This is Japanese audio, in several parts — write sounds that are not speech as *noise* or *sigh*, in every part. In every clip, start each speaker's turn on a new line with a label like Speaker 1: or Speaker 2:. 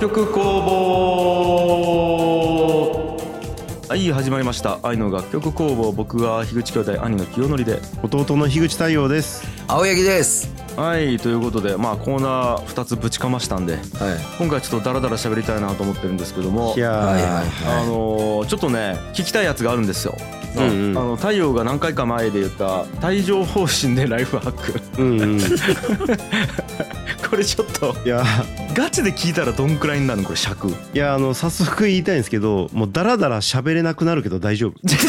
Speaker 1: 曲工房はい始まりました愛の楽曲工房僕は樋口兄弟兄の清則で
Speaker 2: 弟の樋口太陽です。
Speaker 3: 青柳です。
Speaker 1: はいということでまあコーナー2つぶちかましたんで
Speaker 3: はい。
Speaker 1: 今回ちょっとダラダラ喋りたいなと思ってるんですけども
Speaker 2: い
Speaker 3: はい
Speaker 2: や
Speaker 3: はい
Speaker 1: あのーちょっとね聞きたいやつがあるんですよ、
Speaker 2: うんうん
Speaker 1: あの太陽が何回か前で言った帯状疱疹でライフハック
Speaker 2: ー、うんうん。い
Speaker 1: これちょっと
Speaker 2: や
Speaker 1: ガチで聞いたらどんくらいになるのこれ尺
Speaker 2: いやあの早速言いたいんですけど、もうダラダラ喋れなくなるけど大丈夫。
Speaker 3: だか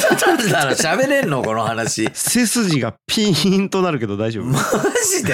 Speaker 3: ら喋れんのこの話。マ
Speaker 2: 背筋がピーンとなるけど大丈夫。
Speaker 3: ジで。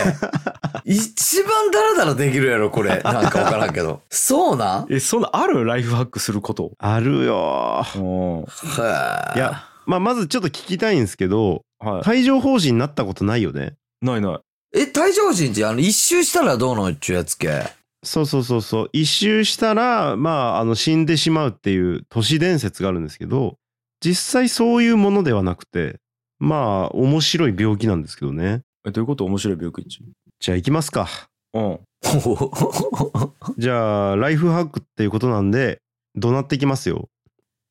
Speaker 3: 一番ダラダラできるやろ、これ。なんかわからんけど。そうなん
Speaker 1: えそんなあるライフハックすること
Speaker 2: あるよー。
Speaker 1: うん
Speaker 3: はい
Speaker 2: や、まあまずちょっと聞きたいんですけど、
Speaker 1: は
Speaker 2: 帯状疱疹になったことないよね。
Speaker 1: いないない
Speaker 3: え、帯状疱疹ってあの、一周したらどうのっちゅうやつけ。
Speaker 2: そうそうそうそう。一周したら、まあ、あの、死んでしまうっていう都市伝説があるんですけど、実際そういうものではなくて、まあ、面白い病気なんですけどね。
Speaker 1: えどういうこと面白い病気一
Speaker 2: じゃあ行きますか。
Speaker 1: うん
Speaker 2: じゃあ、ライフハックっていうことなんで、怒鳴ってきますよ。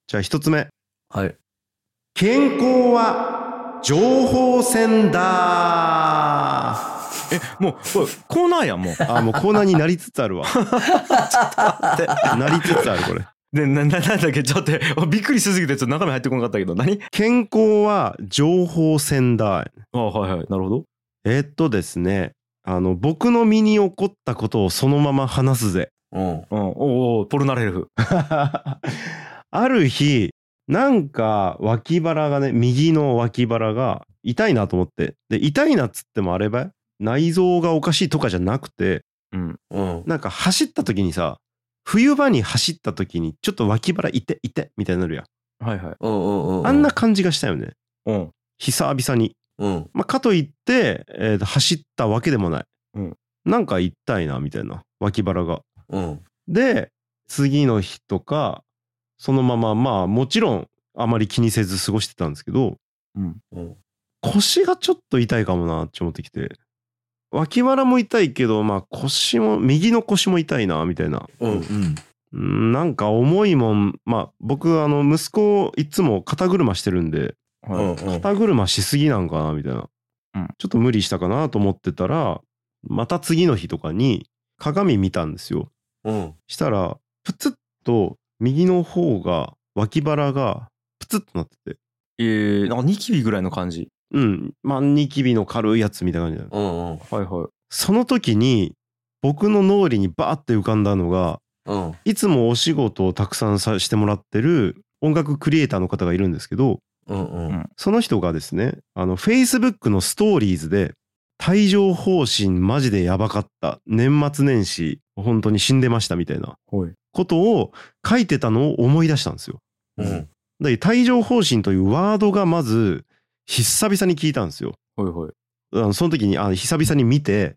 Speaker 2: じゃあ、一つ目。
Speaker 3: はい。
Speaker 2: 健康は情報戦だ
Speaker 1: もうこれコーナーやんもう
Speaker 2: あ、もうコーナーになりつつあるわ。なりつつある、これ。
Speaker 1: でなななんだっけちょっと待ってお *laughs* びっくりしすぎてちょっと中身入ってこなかったけど何
Speaker 2: 健康は情報戦だ。
Speaker 1: あはいはいなるほど
Speaker 2: えっとですね、あの、僕の身に起こったことをそのまま話すぜ。
Speaker 3: うん。
Speaker 1: うんおうおうポルナレフ
Speaker 2: *laughs* ある日、なんか脇腹がね、右の脇腹が痛いなと思って。で、痛いなっつってもあればい内臓がおかしいとかじゃなくて、
Speaker 1: うん
Speaker 3: うん。
Speaker 2: なんか走った時にさ、冬場に走った時にちょっと脇腹痛い痛いみたいになるやん。
Speaker 1: はいはい
Speaker 3: うんうんうん。
Speaker 2: あんな。感じがしたよね。
Speaker 1: うん
Speaker 2: 久々に。
Speaker 3: うん。
Speaker 2: まあ、かといって、えーと走ったわけでもない、
Speaker 1: うん
Speaker 2: なんか痛いなみたいな脇腹が
Speaker 3: うん。
Speaker 2: で次の日とかそのまままあもちろんあまり気にせず過ごしてたんですけど
Speaker 1: うん
Speaker 3: うん。
Speaker 2: 腰がちょっと痛いかもなって思ってきて脇腹も痛いけどまあ腰も右の腰も痛いなみたいな
Speaker 3: うん。
Speaker 2: うんなんか重いもんまあ僕あの息子をいつも肩車してるんで
Speaker 3: う
Speaker 1: はい
Speaker 3: ん。うん。
Speaker 2: 肩車しすぎなんかなみたいな、
Speaker 1: うん
Speaker 2: ちょっと無理したかなと思ってたらまた次の日とかに鏡見たんですよ
Speaker 3: うん。
Speaker 2: したらプツッと右の方が脇腹がプツッとなってて
Speaker 1: えー、なんかニキビぐらいの感じ
Speaker 2: うんまあニキビの軽いやつみたいな感じだよ
Speaker 3: うん。
Speaker 1: はいはい
Speaker 2: その時に僕の脳裏にバーって浮かんだのが
Speaker 3: うん。
Speaker 2: いつもお仕事をたくさんさしてもらってる音楽クリエイターの方がいるんですけど
Speaker 3: うん。
Speaker 2: その人がですね、あの、Facebook のストーリーズで、帯状疱疹マジでやばかった。年末年始、本当に死んでましたみたいな
Speaker 1: はい
Speaker 2: ことを書いてたのを思い出したんですよ。
Speaker 3: うん。
Speaker 2: で、帯状疱疹というワードがまず、久々に聞いたんですよ。
Speaker 1: はいはい
Speaker 2: あのその時に、あ久々に見て、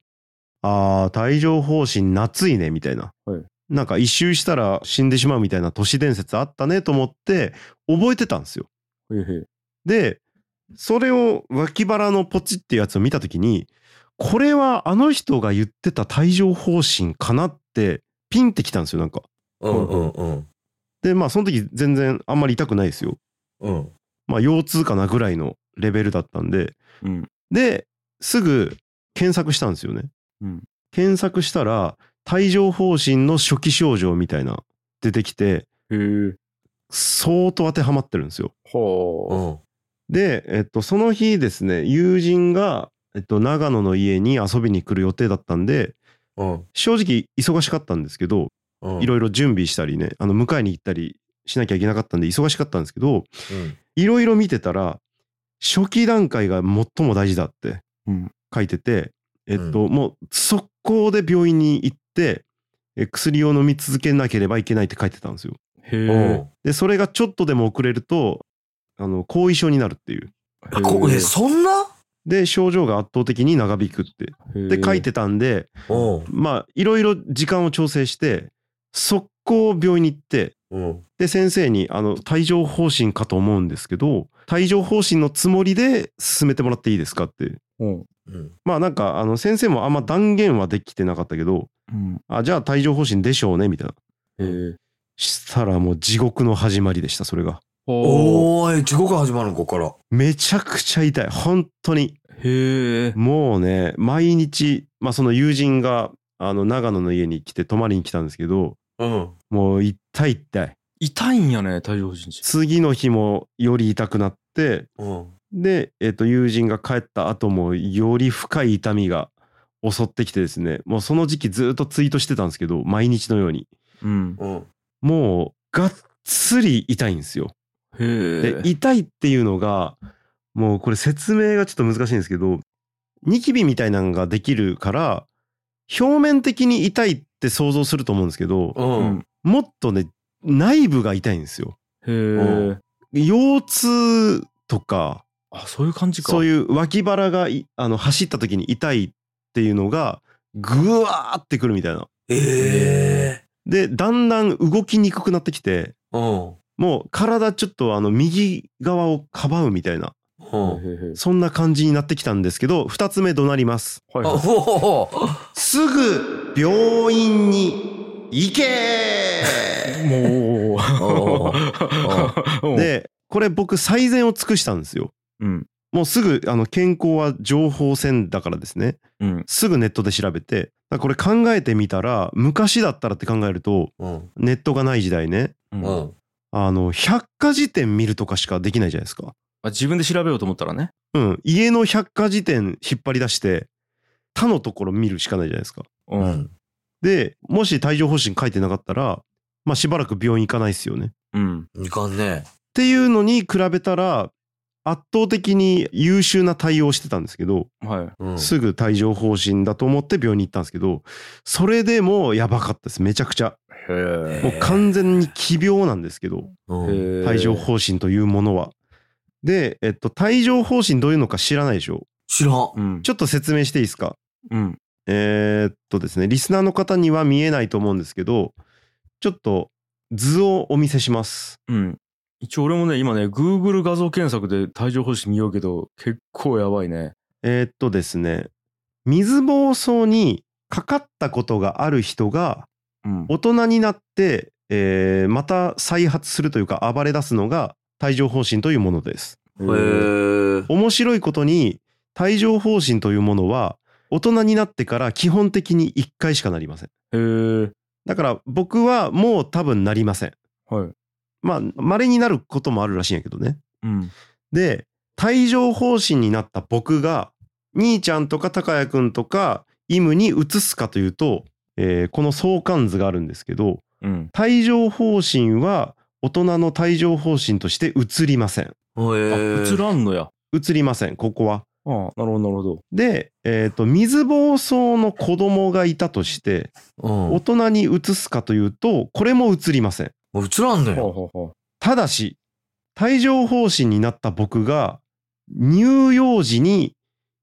Speaker 2: あー、帯状疱疹夏いね、みたいな。
Speaker 1: はい
Speaker 2: なんか一周したら死んでしまうみたいな都市伝説あったねと思って、覚えてたんですよ。
Speaker 1: へいへい
Speaker 2: でそれを脇腹のポチっていうやつを見た時にこれはあの人が言ってた帯状疱疹かなってピンってきたんですよなんか
Speaker 3: うん。うん。うん。
Speaker 2: でまあその時全然あんまり痛くないですよ
Speaker 3: うん。
Speaker 2: まあ腰痛かなぐらいのレベルだったんで
Speaker 1: うん
Speaker 2: ですぐ検索したんですよね
Speaker 1: うん
Speaker 2: 検索したら帯状疱疹の初期症状みたいな出てきて
Speaker 1: へえ
Speaker 2: 相当当てはまってるんですよ
Speaker 3: う
Speaker 1: は
Speaker 3: ん。
Speaker 2: で、えっと、その日ですね、友人が、えっと、長野の家に遊びに来る予定だったんで、
Speaker 3: うん。
Speaker 2: 正直忙しかったんですけど、
Speaker 3: うん。
Speaker 2: いろいろ準備したりね、あの、迎えに行ったりしなきゃいけなかったんで、忙しかったんですけど、
Speaker 3: うん。
Speaker 2: いろいろ見てたら、初期段階が最も大事だって
Speaker 1: うん
Speaker 2: 書いてて、えっと、もう速攻で病院に行って、え薬を飲み続けなければいけないって書いてたんですよ。
Speaker 1: へえ
Speaker 3: うん。
Speaker 2: で、それがちょっとでも遅れると、あの、後遺症になるっていう。
Speaker 3: あ、こえ、そんな
Speaker 2: で症状が圧倒的に長引くってで書いてたんで
Speaker 3: うん。
Speaker 2: まあいろいろ時間を調整して速攻病院に行って
Speaker 3: うん。
Speaker 2: で先生にあの帯状疱疹かと思うんですけど帯状疱疹のつもりで進めてもらっていいですかって
Speaker 1: うん
Speaker 3: うん。
Speaker 2: まあなんかあの先生もあんま断言はできてなかったけど
Speaker 1: うん
Speaker 2: あじゃあ帯状疱疹でしょうねみたいな
Speaker 1: えー
Speaker 2: したらもう地獄の始まりでした、それが。
Speaker 1: お
Speaker 3: おーい、地獄始まるの、ここから。
Speaker 2: めちゃくちゃ痛い。本当に。
Speaker 1: へえ
Speaker 2: もうね、毎日、まあその友人が、あの、長野の家に来て泊まりに来たんですけど、
Speaker 3: うん。
Speaker 2: もう痛い痛い。
Speaker 1: 痛いんやね太陽神社
Speaker 2: 次の日もより痛くなって、
Speaker 3: うん。
Speaker 2: で、えっ、と、友人が帰った後も、より深い痛みが襲ってきてですね、もうその時期ずっとツイートしてたんですけど、毎日のように。
Speaker 1: うん
Speaker 3: うん。
Speaker 2: もう、がっつり痛いんですよ。
Speaker 1: へ
Speaker 2: で、
Speaker 1: え
Speaker 2: 痛いっていうのが、もうこれ説明がちょっと難しいんですけど、ニキビみたいなのができるから、表面的に痛いって想像すると思うんですけど、
Speaker 3: う。
Speaker 1: うんん
Speaker 2: もっとね、内部が痛いんですよ。
Speaker 1: へえ
Speaker 2: 腰痛とか、
Speaker 1: あそういう感じか
Speaker 2: そう
Speaker 1: う
Speaker 2: いう脇腹がいあの走った時に痛いっていうのがぐわーってくるみたいな。
Speaker 3: ええ
Speaker 2: でだんだん動きにくくなってきて
Speaker 3: うん。
Speaker 2: もう体ちょっとあの右側をかばうみたいな
Speaker 3: うん。
Speaker 2: そんな感じになってきたんですけど2つ目怒鳴ります。
Speaker 1: はい
Speaker 3: あ、
Speaker 1: はい
Speaker 3: おお。
Speaker 2: すぐ病院に行け
Speaker 1: *laughs* もう
Speaker 3: お
Speaker 1: *laughs* お
Speaker 2: でこれ僕最善を尽くしたんですよ。
Speaker 1: うん
Speaker 2: もうすぐあの健康は情報戦だからですね。
Speaker 1: うん
Speaker 2: すぐネットで調べて、だからこれ考えてみたら、昔だったらって考えると、
Speaker 3: うん。
Speaker 2: ネットがない時代ね、
Speaker 1: う
Speaker 3: うんん。
Speaker 2: あの、百科事典見るとかしかできないじゃないですか。
Speaker 1: あ自分で調べようと思ったらね
Speaker 2: うん。家の百科事典引っ張り出して、他のところ見るしかないじゃないですか。
Speaker 1: う
Speaker 3: うんん。
Speaker 2: で、もし帯状疱疹書いてなかったら、まあしばらく病院行かないですよね。っ
Speaker 1: うん
Speaker 3: いかんね。
Speaker 2: ていうのに比べたら、圧倒的に優秀な対応をしてたんですけど、
Speaker 1: はい
Speaker 3: うん。
Speaker 2: すぐ帯状疱疹だと思って病院に行ったんですけど、それでもやばかったです。めちゃくちゃ。
Speaker 1: へ
Speaker 2: もう完全に奇病なんですけど
Speaker 3: うん。
Speaker 1: え
Speaker 2: 帯状疱疹というものは。で、えっと、帯状疱疹どういうのか知らないでしょ
Speaker 3: 知らん。
Speaker 1: うん
Speaker 2: ちょっと説明していいですか
Speaker 1: うん
Speaker 2: えーっとですねリスナーの方には見えないと思うんですけどちょっと図をお見せします。
Speaker 1: うん一応俺もね今ね Google 画像検索で帯状疱疹見ようけど結構やばいね
Speaker 2: えーっとですね水疱瘡にかかったことがある人が
Speaker 1: うん
Speaker 2: 大人になって、えーまた再発するというか暴れ出すのが帯状疱疹というものです。
Speaker 1: へ
Speaker 3: え。
Speaker 2: 面白いことに帯状疱疹というものは大人になってから基本的に1回しかなりません
Speaker 1: へえ
Speaker 2: だから僕はもう多分なりません
Speaker 1: はい
Speaker 2: まあ稀になることもあるらしいんやけどね
Speaker 1: うん
Speaker 2: で帯状疱疹になった僕が兄ちゃんとか高谷くんとかイムに移すかというと、えーこの相関図があるんですけど
Speaker 1: うん
Speaker 2: 帯状疱疹は大人の帯状疱疹として移りません
Speaker 1: あ
Speaker 3: え。
Speaker 1: 映らんのや
Speaker 2: 移りませんここは
Speaker 1: ああなるほどなるほど
Speaker 2: で、えー、と水疱瘡の子供がいたとして
Speaker 3: うん
Speaker 2: 大。人にうつすかというとこれもうつりません
Speaker 3: 映らんね。
Speaker 1: はあは
Speaker 2: ただし帯状疱疹になった僕が乳幼児に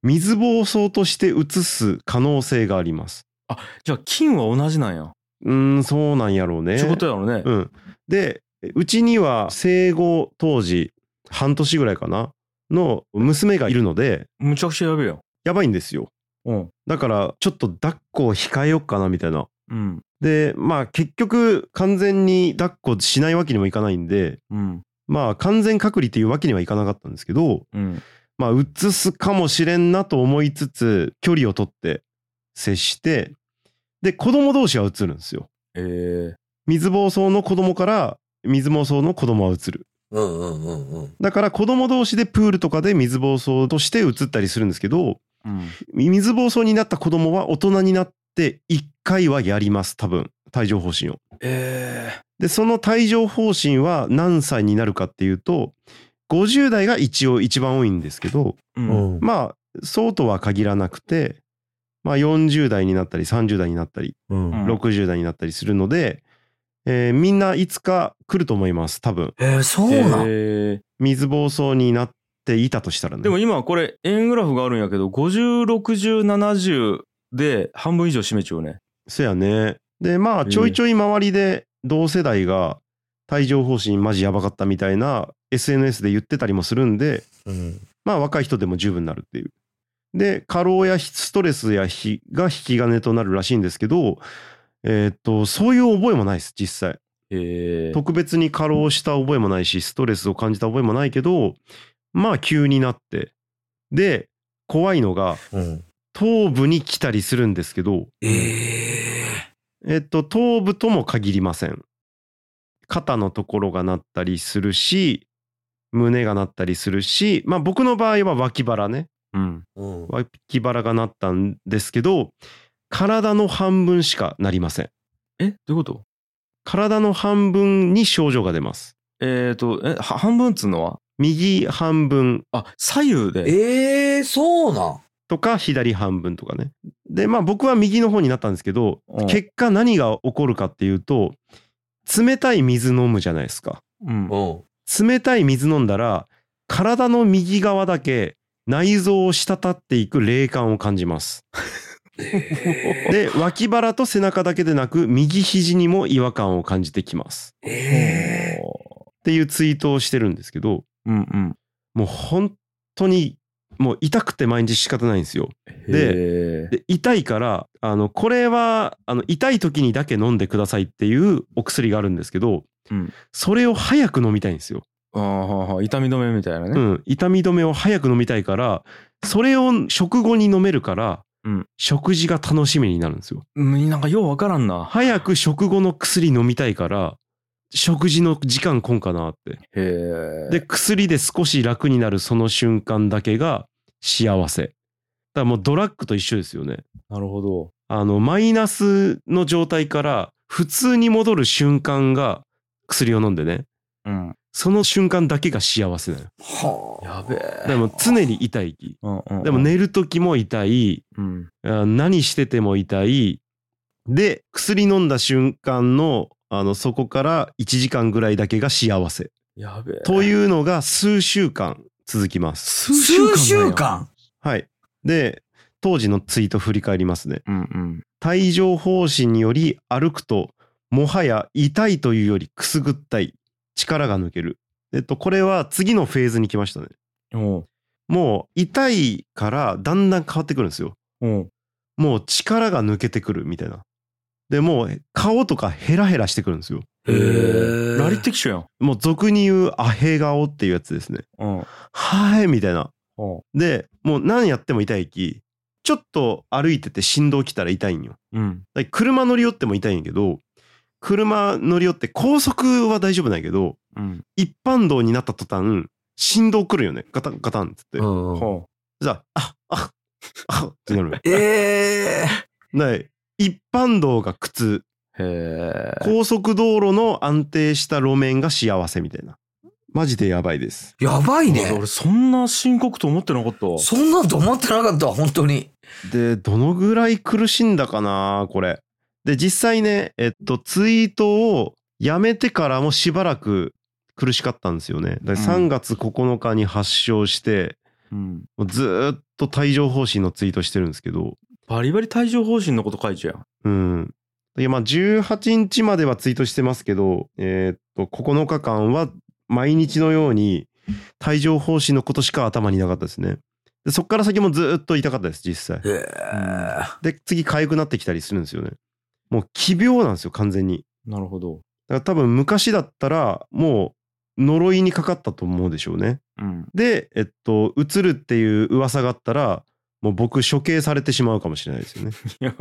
Speaker 2: 水疱瘡としてうつす可能性があります
Speaker 1: あじゃあ菌は同じなんや
Speaker 2: うーんそうなんやろうね
Speaker 1: ちゅうことやろね
Speaker 2: うんでうちには生後当時半年ぐらいかなの娘がいるので
Speaker 1: むちゃくちゃやべえやん
Speaker 2: やばいんですよ
Speaker 1: うん
Speaker 2: だからちょっと抱っこを控えよっかなみたいな
Speaker 1: うん
Speaker 2: でまあ結局完全に抱っこしないわけにもいかないんで
Speaker 1: うん
Speaker 2: まあ完全隔離っていうわけにはいかなかったんですけど
Speaker 1: うん
Speaker 2: まあうつすかもしれんなと思いつつ距離を取って接してで子供同士はうつるんですよ
Speaker 1: ええ
Speaker 2: 水疱瘡の子供から水疱瘡の子供はうつる
Speaker 3: うんうんうんうん。
Speaker 2: だから子供同士でプールとかで水疱瘡としてうつったりするんですけど
Speaker 1: うん
Speaker 2: 水疱瘡になった子供は大人になって1回はやります多分帯状疱疹を。
Speaker 1: ええ
Speaker 2: でその帯状疱疹は何歳になるかっていうと50代が一応一番多いんですけど
Speaker 1: うん
Speaker 3: ま
Speaker 2: まあそうとは限らなくて、まあ、40代になったり30代になったり
Speaker 3: うん。
Speaker 1: うん
Speaker 2: 60代になったりするので、えーみんないつか来ると思います多分
Speaker 3: えー、そうなん。
Speaker 1: ええ
Speaker 2: 水疱瘡になっていたとしたらね
Speaker 1: でも今これ円グラフがあるんやけど506070で半分以上占めちゃうね
Speaker 2: そやねでまあちょいちょい周りで同世代が帯状疱疹マジやばかったみたいな SNS で言ってたりもするんで
Speaker 3: うん。
Speaker 2: まあ若い人でも十分なるっていう。で過労やストレスや日が引き金となるらしいんですけどえーっと、そういう覚えもないです、実際。
Speaker 1: えー、
Speaker 2: 特別に過労した覚えもないしストレスを感じた覚えもないけどまあ急になってで怖いのが
Speaker 3: うん。
Speaker 2: 頭部に来たりするんですけど
Speaker 3: ええ
Speaker 2: えっと頭部とも限りません肩のところがなったりするし胸がなったりするしまあ僕の場合は脇腹ね
Speaker 1: うん。
Speaker 3: うん。
Speaker 2: 脇腹がなったんですけど体の半分しかなりません
Speaker 1: え、どういうこと
Speaker 2: 体の半分に症状が出ます
Speaker 1: えっ、ー、と、え、は半分っつうのは
Speaker 2: 右半分
Speaker 1: あ、左右で。
Speaker 3: ええそうなん。
Speaker 2: とか左半分とかね。でまあ僕は右の方になったんですけど、
Speaker 1: うん
Speaker 2: 結果何が起こるかっていうと冷たい水飲むじゃないですか。
Speaker 1: うん。
Speaker 3: うん。
Speaker 2: 冷たい水飲んだら体の右側だけ内臓を滴っていく冷感を感じます。
Speaker 3: え
Speaker 2: で脇腹と背中だけでなく右肘にも違和感を感じてきます。
Speaker 3: ええ
Speaker 2: っていうツイートをしてるんですけど
Speaker 1: うんうん。
Speaker 2: もう本当にもう痛くて毎日仕方ないんですよ。
Speaker 1: で、
Speaker 2: で痛いからあのこれはあの痛い時にだけ飲んでくださいっていうお薬があるんですけど、
Speaker 1: うん
Speaker 2: それを早く飲みたいんですよ、
Speaker 1: あーはーはー痛み止めみたいな
Speaker 2: う
Speaker 1: ね。
Speaker 2: ん、痛み止めを早く飲みたいからそれを食後に飲めるから、
Speaker 1: うん
Speaker 2: 食事が楽しみになるんですよ
Speaker 1: うん。なんかようわからんな。
Speaker 2: 早く食後の薬飲みたいから食事の時間こんかなって
Speaker 1: へえ。
Speaker 2: で薬で少し楽になるその瞬間だけが幸せだからもうドラッグと一緒ですよね
Speaker 1: なるほど。
Speaker 2: あの、マイナスの状態から普通に戻る瞬間が薬を飲んでね。
Speaker 1: うん。
Speaker 2: その瞬間だけが幸せなのよ。
Speaker 3: はあ。
Speaker 1: やべえ。
Speaker 2: でも常に痛い気。
Speaker 1: うんうんうん、
Speaker 2: でも寝る時も痛い。
Speaker 1: うん。
Speaker 2: あ何してても痛い。で、薬飲んだ瞬間の、あの、そこから1時間ぐらいだけが幸せ。
Speaker 1: やべえ。
Speaker 2: というのが数週間続きます。
Speaker 1: 数
Speaker 3: 数
Speaker 1: なん
Speaker 3: 週
Speaker 1: や
Speaker 3: 間
Speaker 2: はい。で、当時のツイート振り返りますね。
Speaker 1: うんうん。
Speaker 2: 帯状疱疹により歩くともはや痛いというよりくすぐったい力が抜けるえっとこれは次のフェーズに来ましたね
Speaker 1: おう
Speaker 2: もう痛いからだんだん変わってくるんですよ
Speaker 1: おう
Speaker 2: もう力が抜けてくるみたいなでもう顔とかヘラヘラしてくるんですよ
Speaker 1: へえ。ラリ
Speaker 3: テ
Speaker 1: ティクシュやん。
Speaker 2: もう俗に言うアヘ顔っていうやつですね
Speaker 1: うん。
Speaker 2: はいみたいな
Speaker 1: おう
Speaker 2: でもう何やっても痛いきちょっと歩いてて振動来たら痛いんよ
Speaker 1: うん。
Speaker 2: だから車乗り寄っても痛いんやけど車乗り寄って高速は大丈夫なんやけど
Speaker 1: うん。
Speaker 2: 一般道になった途端振動来るよねガタンガタンっつって、
Speaker 3: ィうん。
Speaker 1: ほ
Speaker 2: じゃああああってなる
Speaker 3: ええ
Speaker 2: で一般道が苦痛
Speaker 1: う。へえ。
Speaker 2: 高速道路の安定した路面が幸せみたいなマジでやばいです
Speaker 3: やばいね
Speaker 1: 俺。そんな深刻と思ってなかった。
Speaker 3: そんなんと思ってなかった、本当に。
Speaker 2: でどのぐらい苦しんだかなこれで実際ねえっとツイートをやめてからもしばらく苦しかったんですよねだから
Speaker 1: うん
Speaker 2: 3月9日に発症して、
Speaker 1: うん。
Speaker 2: もうずーっと帯状疱疹のツイートしてるんですけど
Speaker 1: バリバリ帯状疱疹のこと書いちゃうやん。
Speaker 2: うんいやまあ18日まではツイートしてますけどえっと9日間は毎日のように帯状疱疹のことしか頭になかったですねでそっから先もずーっと痛かったです実際
Speaker 3: ええ
Speaker 2: で次痒くなってきたりするんですよねもう奇病なんですよ完全に
Speaker 1: なるほど。
Speaker 2: だから多分昔だったらもう呪いにかかったと思うでしょうね
Speaker 1: *laughs* うん。
Speaker 2: でえっと移るっていう噂があったらもう僕処刑されてしまうかもしれないですよね
Speaker 1: いや、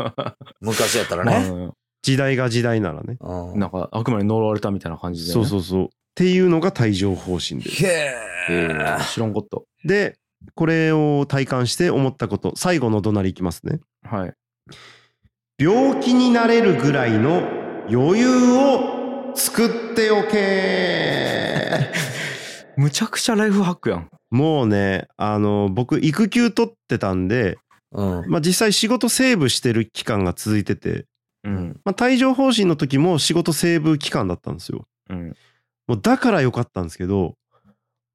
Speaker 3: 昔やったらね。
Speaker 1: ね。
Speaker 2: 時代が時代ならね
Speaker 3: うん。
Speaker 1: なんか、あくまで呪われたみたいな感じで、ね。
Speaker 2: そうそうそうっていうのが帯状疱疹です
Speaker 3: へ
Speaker 1: へ
Speaker 3: え。
Speaker 1: え。知らんかっ
Speaker 2: でこれを体感して思ったこと最後の怒鳴りいきますね
Speaker 1: た。はい。
Speaker 2: 病気になれるぐらいの余裕を作っておけ
Speaker 1: むちゃくちゃライフハックやん。
Speaker 2: もうね、あの、僕、育休取ってたんで、
Speaker 3: うん。
Speaker 2: まあ実際仕事セーブしてる期間が続いてて、
Speaker 1: うん。
Speaker 2: まあ帯状疱疹の時も仕事セーブ期間だったんですよ。
Speaker 1: うん。
Speaker 2: もうだから良かったんですけど、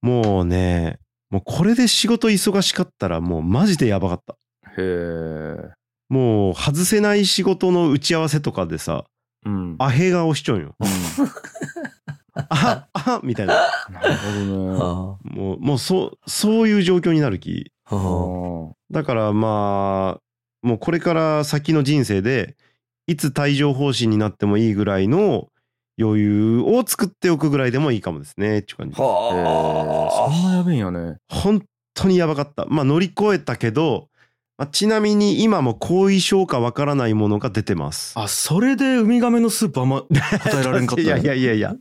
Speaker 2: もうね、もうこれで仕事忙しかったらもうマジでやばかった。
Speaker 1: へえ。
Speaker 2: もう外せない仕事の打ち合わせとかでさ、
Speaker 1: うん。
Speaker 2: アヘ顔しちょんよ。
Speaker 1: うん
Speaker 2: ああみたいな。
Speaker 1: なる *laughs* ほどね。
Speaker 3: は
Speaker 2: もう、もうそう、そういう状況になるき。
Speaker 3: あはあ
Speaker 1: あ
Speaker 2: だからまあもうこれから先の人生でいつ帯状疱疹になってもいいぐらいの余裕を作っておくぐらいでもいいかもですねっていう感じ
Speaker 1: そ
Speaker 3: は
Speaker 1: んなやべえんやね。
Speaker 2: 本当にやばかったまあ乗り越えたけど、まあちなみに今も後遺症かわからないものが出てます
Speaker 1: あ、それでウミガメのスープ *laughs* あんま答えられんかった、
Speaker 2: いやいやいや
Speaker 1: *laughs*
Speaker 2: いや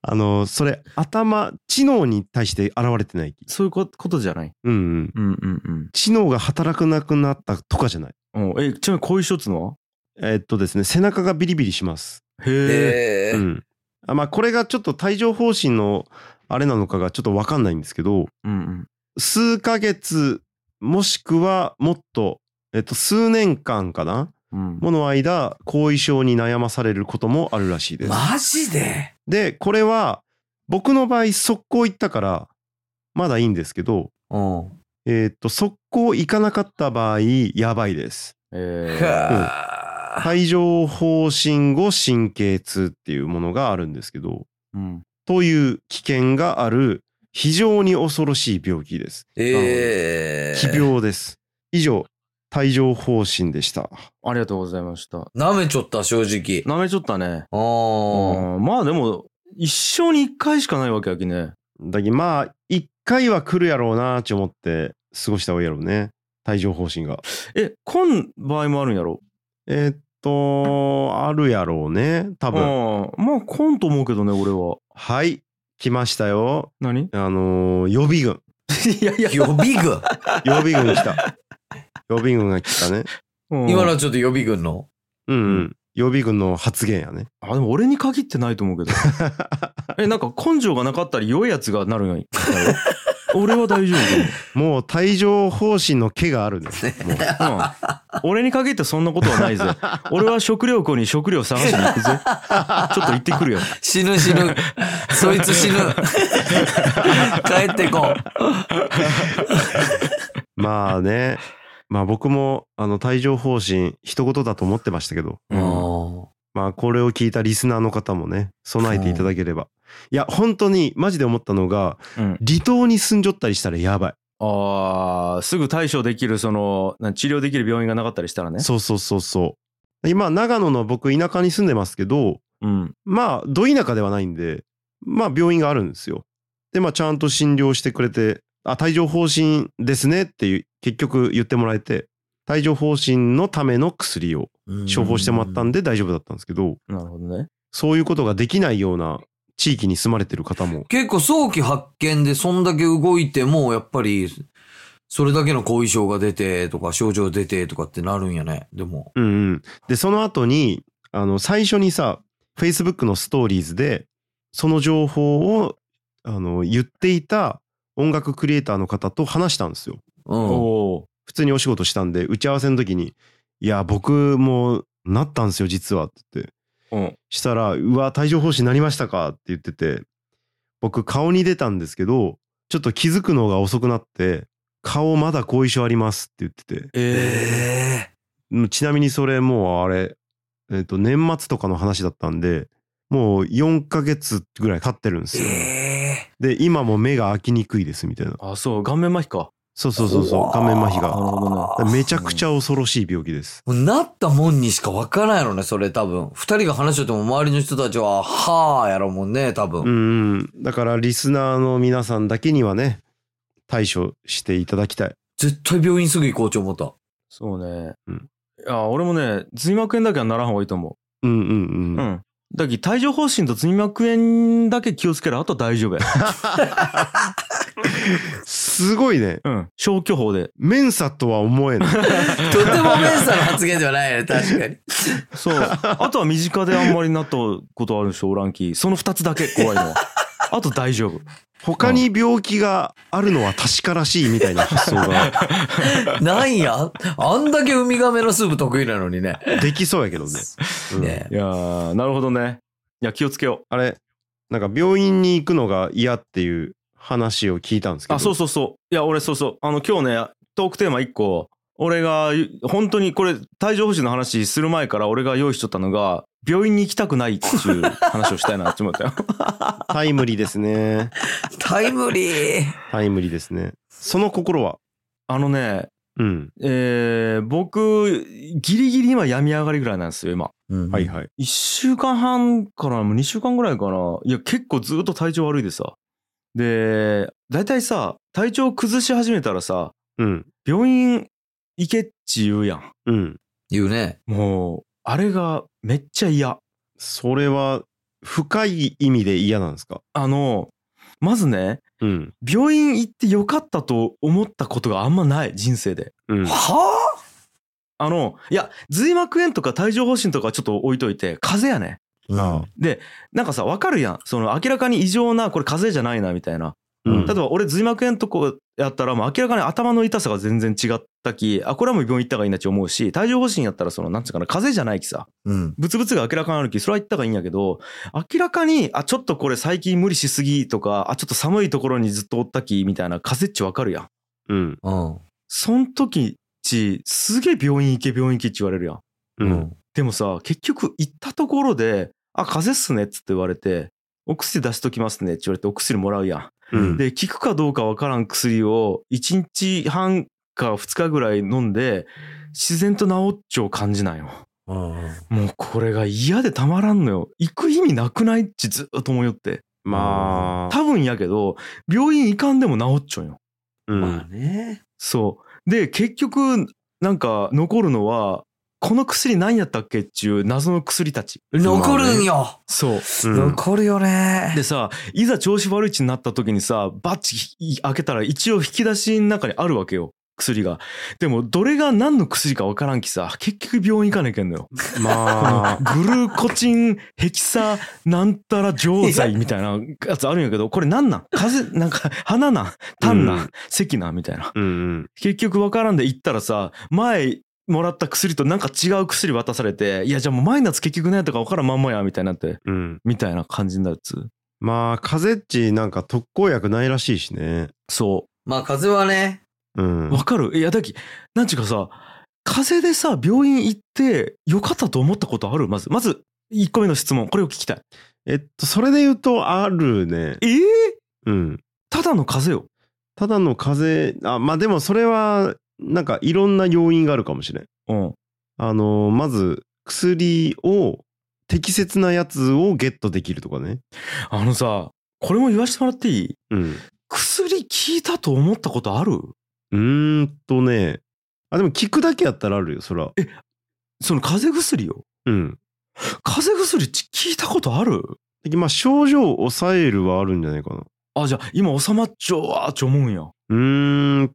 Speaker 2: あのそれ頭知能に対して現れてない
Speaker 1: そういうことじゃない。
Speaker 2: うんうん
Speaker 1: うんうん
Speaker 2: 知能が働くなくなったとかじゃない
Speaker 1: うん。おえ、ちなみに後遺症っつうのは
Speaker 2: えっとですね背中がビリビリします
Speaker 3: あ。
Speaker 1: へえ。
Speaker 3: え
Speaker 2: う
Speaker 3: ー
Speaker 2: ん、あまあこれがちょっと帯状疱疹のあれなのかがちょっと分かんないんですけど
Speaker 1: うんうん。
Speaker 2: 数ヶ月もしくはもっと、えっと、数年間かな
Speaker 1: うん、
Speaker 2: もの間後遺症に悩まされることもあるらしいです。
Speaker 3: マジで
Speaker 2: でこれは僕の場合速攻行ったからまだいいんですけど、
Speaker 3: うん。
Speaker 2: えっと速攻行かなかった場合やばいです。
Speaker 1: え
Speaker 3: はあ
Speaker 2: 帯状疱疹後神経痛っていうものがあるんですけど。
Speaker 1: ーうん、
Speaker 2: という危険がある非常に恐ろしい病気です。
Speaker 3: ええ
Speaker 2: 奇。病です。以上、帯状疱疹でした。
Speaker 1: ありがとうございました。
Speaker 3: 舐めちょった、正直。
Speaker 1: 舐めちょったね。
Speaker 3: ああ。
Speaker 1: うんまあでも、一生に一回しかないわけやきね。
Speaker 2: だけどまあ、一回は来るやろうなーって思って過ごした方がいいやろうね。帯状疱疹が。
Speaker 1: え、こん場合もあるんやろ
Speaker 2: えーっと、あるやろうね。多分。
Speaker 1: うん。まあ、こんと思うけどね、俺は。
Speaker 2: はい。来ましたよ。
Speaker 1: 何
Speaker 2: あのー予備軍。
Speaker 1: *laughs* いやいや、
Speaker 3: 予備軍。
Speaker 2: 予備軍来た。予備軍が来たね。
Speaker 1: うん
Speaker 3: 今のはちょっと予備軍の。
Speaker 2: うん、うん。予備軍の発言やね。
Speaker 1: あ、でも俺に限ってないと思うけど。え、なんか根性がなかったり、良いやつがなるんや。俺は大丈
Speaker 2: もう帯状疱疹の毛があるね。もう
Speaker 1: 夫。うん。俺に限ってそんなことはないぜ。俺は食料庫に食料探しに行くぜ。ちょっと行ってくるよ。
Speaker 3: 死ぬ
Speaker 1: *laughs*
Speaker 3: 死ぬ。そいつ死ぬ。帰ってこん。
Speaker 2: まあね、まあ僕もあの帯状疱疹一言だと思ってましたけど、
Speaker 1: うん
Speaker 3: あ
Speaker 2: まあこれを聞いたリスナーの方もね、備えていただければ。いや、本当にマジで思ったのが、
Speaker 1: うん
Speaker 2: 離島に住んじょったりしたらやば
Speaker 1: ああ、すぐ対処できる、その、な治療できる病院がなかったりしたらね
Speaker 2: い。。そうそうそうそう。今、長野の僕田舎に住んでますけど、
Speaker 1: うん。
Speaker 2: まあ、ど田舎ではないんで、まあ病院があるんですよ。で、まあちゃんと診療してくれて、あ、帯状疱疹ですねっていう、結局言ってもらえて、帯状疱疹のための薬を
Speaker 3: ー
Speaker 2: 処方してもらったんで大丈夫だったんですけど、
Speaker 1: なるほどね。
Speaker 2: そういうことができないような地域に住まれてる方も、
Speaker 3: 結構早期発見でそんだけ動いても、やっぱり、それだけの後遺症が出てとか、症状出てとかってなるんやね。でも。
Speaker 2: うんうん、でその後にあの最初にさ Facebook のストーリーズでその情報をあの言っていた音楽クリエイターの方と話したんですよ
Speaker 3: うん。
Speaker 1: お
Speaker 2: 普通にお仕事したんで打ち合わせの時に「いや僕もなったんですよ実は」って言って
Speaker 1: お。うん。
Speaker 2: したら「うわ帯状疱疹になりましたか」って言ってて僕顔に出たんですけどちょっと気づくのが遅くなって「顔まだ後遺症あります」って言ってて
Speaker 1: ええ
Speaker 3: え
Speaker 2: うんちなみにそれもうあれ、えっと年末とかの話だったんでもう4ヶ月ぐらい経ってるんで
Speaker 3: え
Speaker 2: すよ
Speaker 3: え
Speaker 2: で今も目が開きにくいですみたいな
Speaker 1: あ、そう、顔面麻痺か。
Speaker 2: そうそうそうそう画面麻痺
Speaker 1: なる
Speaker 2: が
Speaker 1: ほどね。
Speaker 2: めちゃくちゃ恐ろしい病気です
Speaker 3: えなったもんにしかわからんやろね、それ多分。二人が話しとっても周りの人たちは、はあやろもんね、多分。
Speaker 2: うんうんだからリスナーの皆さんだけにはね対処していただきたい
Speaker 3: 絶対病院すぐ行こうと思った。
Speaker 1: そうね。
Speaker 2: うん
Speaker 1: いや、俺もね、髄膜炎だけはならん方がいいと思
Speaker 2: うんうん
Speaker 1: う。
Speaker 2: うん
Speaker 1: ん。だけど帯状疱疹と髄膜炎だけ気をつけろ。あとは大丈夫や。
Speaker 2: すごいね
Speaker 1: うん。消去法で。
Speaker 2: メンサとは思えない
Speaker 3: とてもメンサの発言ではないよね、確かに。
Speaker 1: *laughs* そう。あとは身近であんまりなったことある人おらんき。その二つだけ怖い *laughs* のは。あと大丈夫。
Speaker 2: 他に病気があるのは確からしいみたいな発想が *laughs*
Speaker 3: なんやあんだけウミガメのスープ得意なのにね。
Speaker 2: できそうやけどねうん
Speaker 3: ね
Speaker 1: いやー、なるほどね。いや、気をつけよ
Speaker 2: あれなんか病院に行くのが嫌っていう話を聞いたんです
Speaker 1: う。
Speaker 2: けど
Speaker 1: あ、そうそうそう。いや、俺そうそう。あの、今日ね、トークテーマ一個。俺が、本当にこれ、帯状疱疹の話する前から俺が用意しとったのが、病院に行きたくないっていう話をしたいなって思 *laughs* ったよ。
Speaker 2: タイムリーですね
Speaker 3: タイムリー。
Speaker 2: タイムリーですねその心は
Speaker 1: あのね、
Speaker 2: うん。
Speaker 1: えー、僕、ギリギリ今病み上がりぐらいなんですよ、今。
Speaker 3: うん
Speaker 2: はいはい。
Speaker 1: 1週間半からも2週間ぐらいかな。いや、結構ずっと体調悪いでさ。で、大体さ、体調崩し始めたらさ、
Speaker 2: うん。
Speaker 1: 病院行けっち言うやん。
Speaker 2: うん。
Speaker 3: 言うね。
Speaker 1: もう、あれがめっちゃ嫌。
Speaker 2: それは、深い意味で嫌なんですか
Speaker 1: あの、まずね、
Speaker 2: うん。
Speaker 1: 病院行ってよかったと思ったことがあんまない、人生で。
Speaker 2: うん。
Speaker 3: は
Speaker 1: あの、いや、髄膜炎とか帯状疱疹とかちょっと置いといて、風邪やね。
Speaker 3: あ
Speaker 2: あ
Speaker 1: なんかさ、わかるやん。その明らかに異常な、これ風邪じゃないな、みたいな。
Speaker 2: うん
Speaker 1: 例え。ば俺髄膜炎とこやったらもう明らかに頭の痛さが全然違ったきあこれはもう病院行った方がいいなって思うし帯状疱疹やったらそのなんつうかな風邪じゃないきさ
Speaker 3: うん。
Speaker 1: ブツブツが明らかにあるきそれは行った方がいいんやけど明らかにあちょっとこれ最近無理しすぎとかあちょっと寒いところにずっとおったきみたいな風邪っちわかるやん
Speaker 2: うん。
Speaker 3: うん。
Speaker 1: そん時っちすげえ病院行け病院行けって言われるやん
Speaker 2: う。
Speaker 3: うんん。
Speaker 1: でもさ結局行ったところであ風邪っすねっつって言われてお薬出しときますねって言われてお薬もらうやん
Speaker 2: うん。
Speaker 1: で、効くかどうかわからん薬を1日半か2日ぐらい飲んで、自然と治っちゃう感じなんよ。
Speaker 3: うん。
Speaker 1: もうこれが嫌でたまらんのよ。行く意味なくないってずっと思いよって。
Speaker 2: まあ、
Speaker 1: 多分やけど、病院行かんでも治っちゃうんよ。
Speaker 2: うん。
Speaker 3: まあ *laughs* ね。
Speaker 1: そう。で、結局、なんか残るのは、この薬何やったっけっちゅう謎の薬たち。
Speaker 3: 残るんよ。
Speaker 1: そう。
Speaker 2: うん
Speaker 3: 残るよね。
Speaker 1: でさ、いざ調子悪いちになった時にさ、バッチひ開けたら一応引き出しの中にあるわけよ。薬が。でも、どれが何の薬かわからんきさ、結局病院行かなきゃいけんのよ。
Speaker 2: まあ、
Speaker 1: グルコチン、ヘキサ、なんたら錠剤みたいなやつあるんやけど、これなんなん風邪、なんか、鼻なん痰な
Speaker 2: うん
Speaker 1: 咳なんみたいな。
Speaker 2: うんうん。
Speaker 1: 結局わからんで行ったらさ、前、もらった薬となんか違う薬渡されて、いや、じゃあもう前のやつ結局ねとかわからんまんまや、みたいになって、
Speaker 2: うん。
Speaker 1: みたいな感じになるやつ。
Speaker 2: まあ、風邪っちなんか特効薬ないらしいしね。
Speaker 1: そう。
Speaker 3: まあ風はね。
Speaker 2: うん。
Speaker 1: わかるいやだきなんちゅうかさ風邪でさ病院行ってよかったと思ったことあるまずまず1個目の質問これを聞きたい
Speaker 2: えっと、それで言うと、あるね。
Speaker 1: えー、
Speaker 2: うん。
Speaker 1: ただの風邪よ
Speaker 2: ただの風邪、あ、まあでもそれは、なんかいろんな要因があるかもしれん。
Speaker 1: うん
Speaker 2: あの、まず、薬を、適切なやつをゲットできるとかね。
Speaker 1: あのさこれも言わせてもらっていい
Speaker 2: うん。
Speaker 1: 薬効いたと思ったことある
Speaker 2: うーんとね。あ、でも聞くだけやったらあるよ、そら。
Speaker 1: その風邪薬よ
Speaker 2: うん。
Speaker 1: 風邪薬ち効いたことある
Speaker 2: でまあ、症状を抑えるはあるんじゃないかな。
Speaker 1: あじゃあ今収まっちゃうわーって思うんや、
Speaker 2: うーん、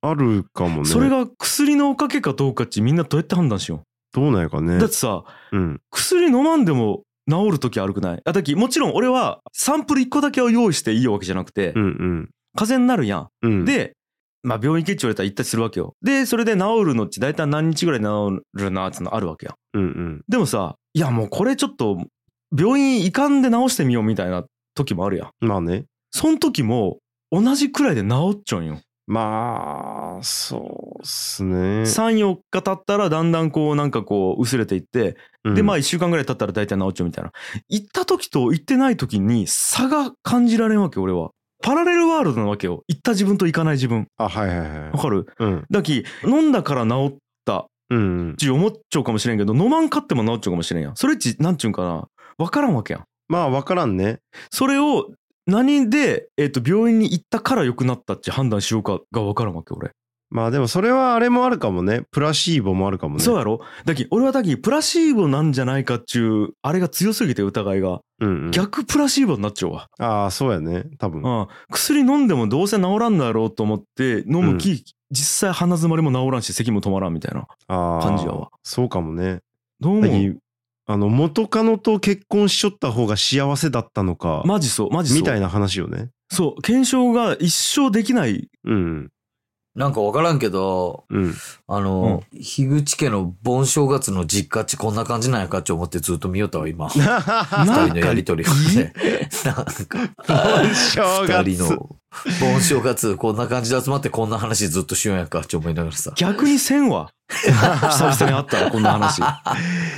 Speaker 2: あるかもね。
Speaker 1: それが薬のおかげかどうかっちみんなどうやって判断しよ
Speaker 2: どうなんやか
Speaker 1: う、
Speaker 2: ね
Speaker 1: だっ。てさ
Speaker 2: うん。
Speaker 1: 薬飲まんでも治る時あるくないあだきもちろん俺はサンプル1個だけを用意していいわけじゃなくて、
Speaker 2: うんうん。
Speaker 1: 風邪になるやん。
Speaker 2: うん、
Speaker 1: で、まあ、病院行けって言われたら行ったりするわけよ。でそれで治るのって大体何日ぐらい治るなってのあるわけやん。
Speaker 2: うんうん。
Speaker 1: でもさいやもうこれちょっと病院行かんで治してみようみたいな時もあるやん。
Speaker 2: まあね。
Speaker 1: そん時も同じくらいで治っちゃうんよ。
Speaker 2: まあ、そうっすね。
Speaker 1: 34日経ったらだんだんこうなんかこう薄れていって
Speaker 2: うん
Speaker 1: でまあ1週間ぐらい経ったら大体治っちゃうみたいな行った時と行ってない時に差が感じられんわけ俺はパラレルワールドなわけよ行った自分と行かない自分
Speaker 2: あ、はいはいはい
Speaker 1: わ。かる
Speaker 2: うん。
Speaker 1: だき飲んだから治ったっ
Speaker 2: うんうん。
Speaker 1: ち思っちゃうかもしれんけど飲まんかっても治っちゃうかもしれんやんそれっちなんちゅうんかなわからんわけやん
Speaker 2: まあ、わからんね。
Speaker 1: それを何で、えっと病院に行ったから良くなったって判断しようかがわからんわけ俺、
Speaker 2: まあでもそれはあれもあるかもね。プラシーボもあるかもね。
Speaker 1: そうやろだき俺はだきプラシーボなんじゃないかっちゅうあれが強すぎて疑いが
Speaker 2: うん、うん。
Speaker 1: 逆プラシーボになっちゃうわ
Speaker 2: ああ、そうやね。多分。
Speaker 1: うん、薬飲んでもどうせ治らんだろうと思って飲む気、実際鼻づまりも治らんし咳も止まらんみたいな
Speaker 2: ああ。
Speaker 1: 感じやわ。
Speaker 2: そうかもね。
Speaker 1: どう
Speaker 2: だ
Speaker 1: 思
Speaker 2: きあの、元カノと結婚しちょった方が幸せだったのか
Speaker 1: う、マジそうマジそう
Speaker 2: みたいな話よね。
Speaker 1: そう検証が一生できない
Speaker 2: うん。
Speaker 3: なんかわからんけど、
Speaker 2: うん。
Speaker 3: あの、樋口家の盆正月の実家っちこんな感じなんやかって思ってずっと見よったわ、今。
Speaker 1: *laughs*
Speaker 3: 二
Speaker 1: な
Speaker 2: なん
Speaker 3: 人のやりとりをね。 *laughs* なんか、
Speaker 2: *laughs* 正
Speaker 3: 二人
Speaker 2: 月。
Speaker 3: の盆正月こんな感じで集まってこんな話ずっとしようやんかって思いながらさ。
Speaker 1: 逆にせん
Speaker 2: *laughs*
Speaker 1: わ久々に会ったらこんな話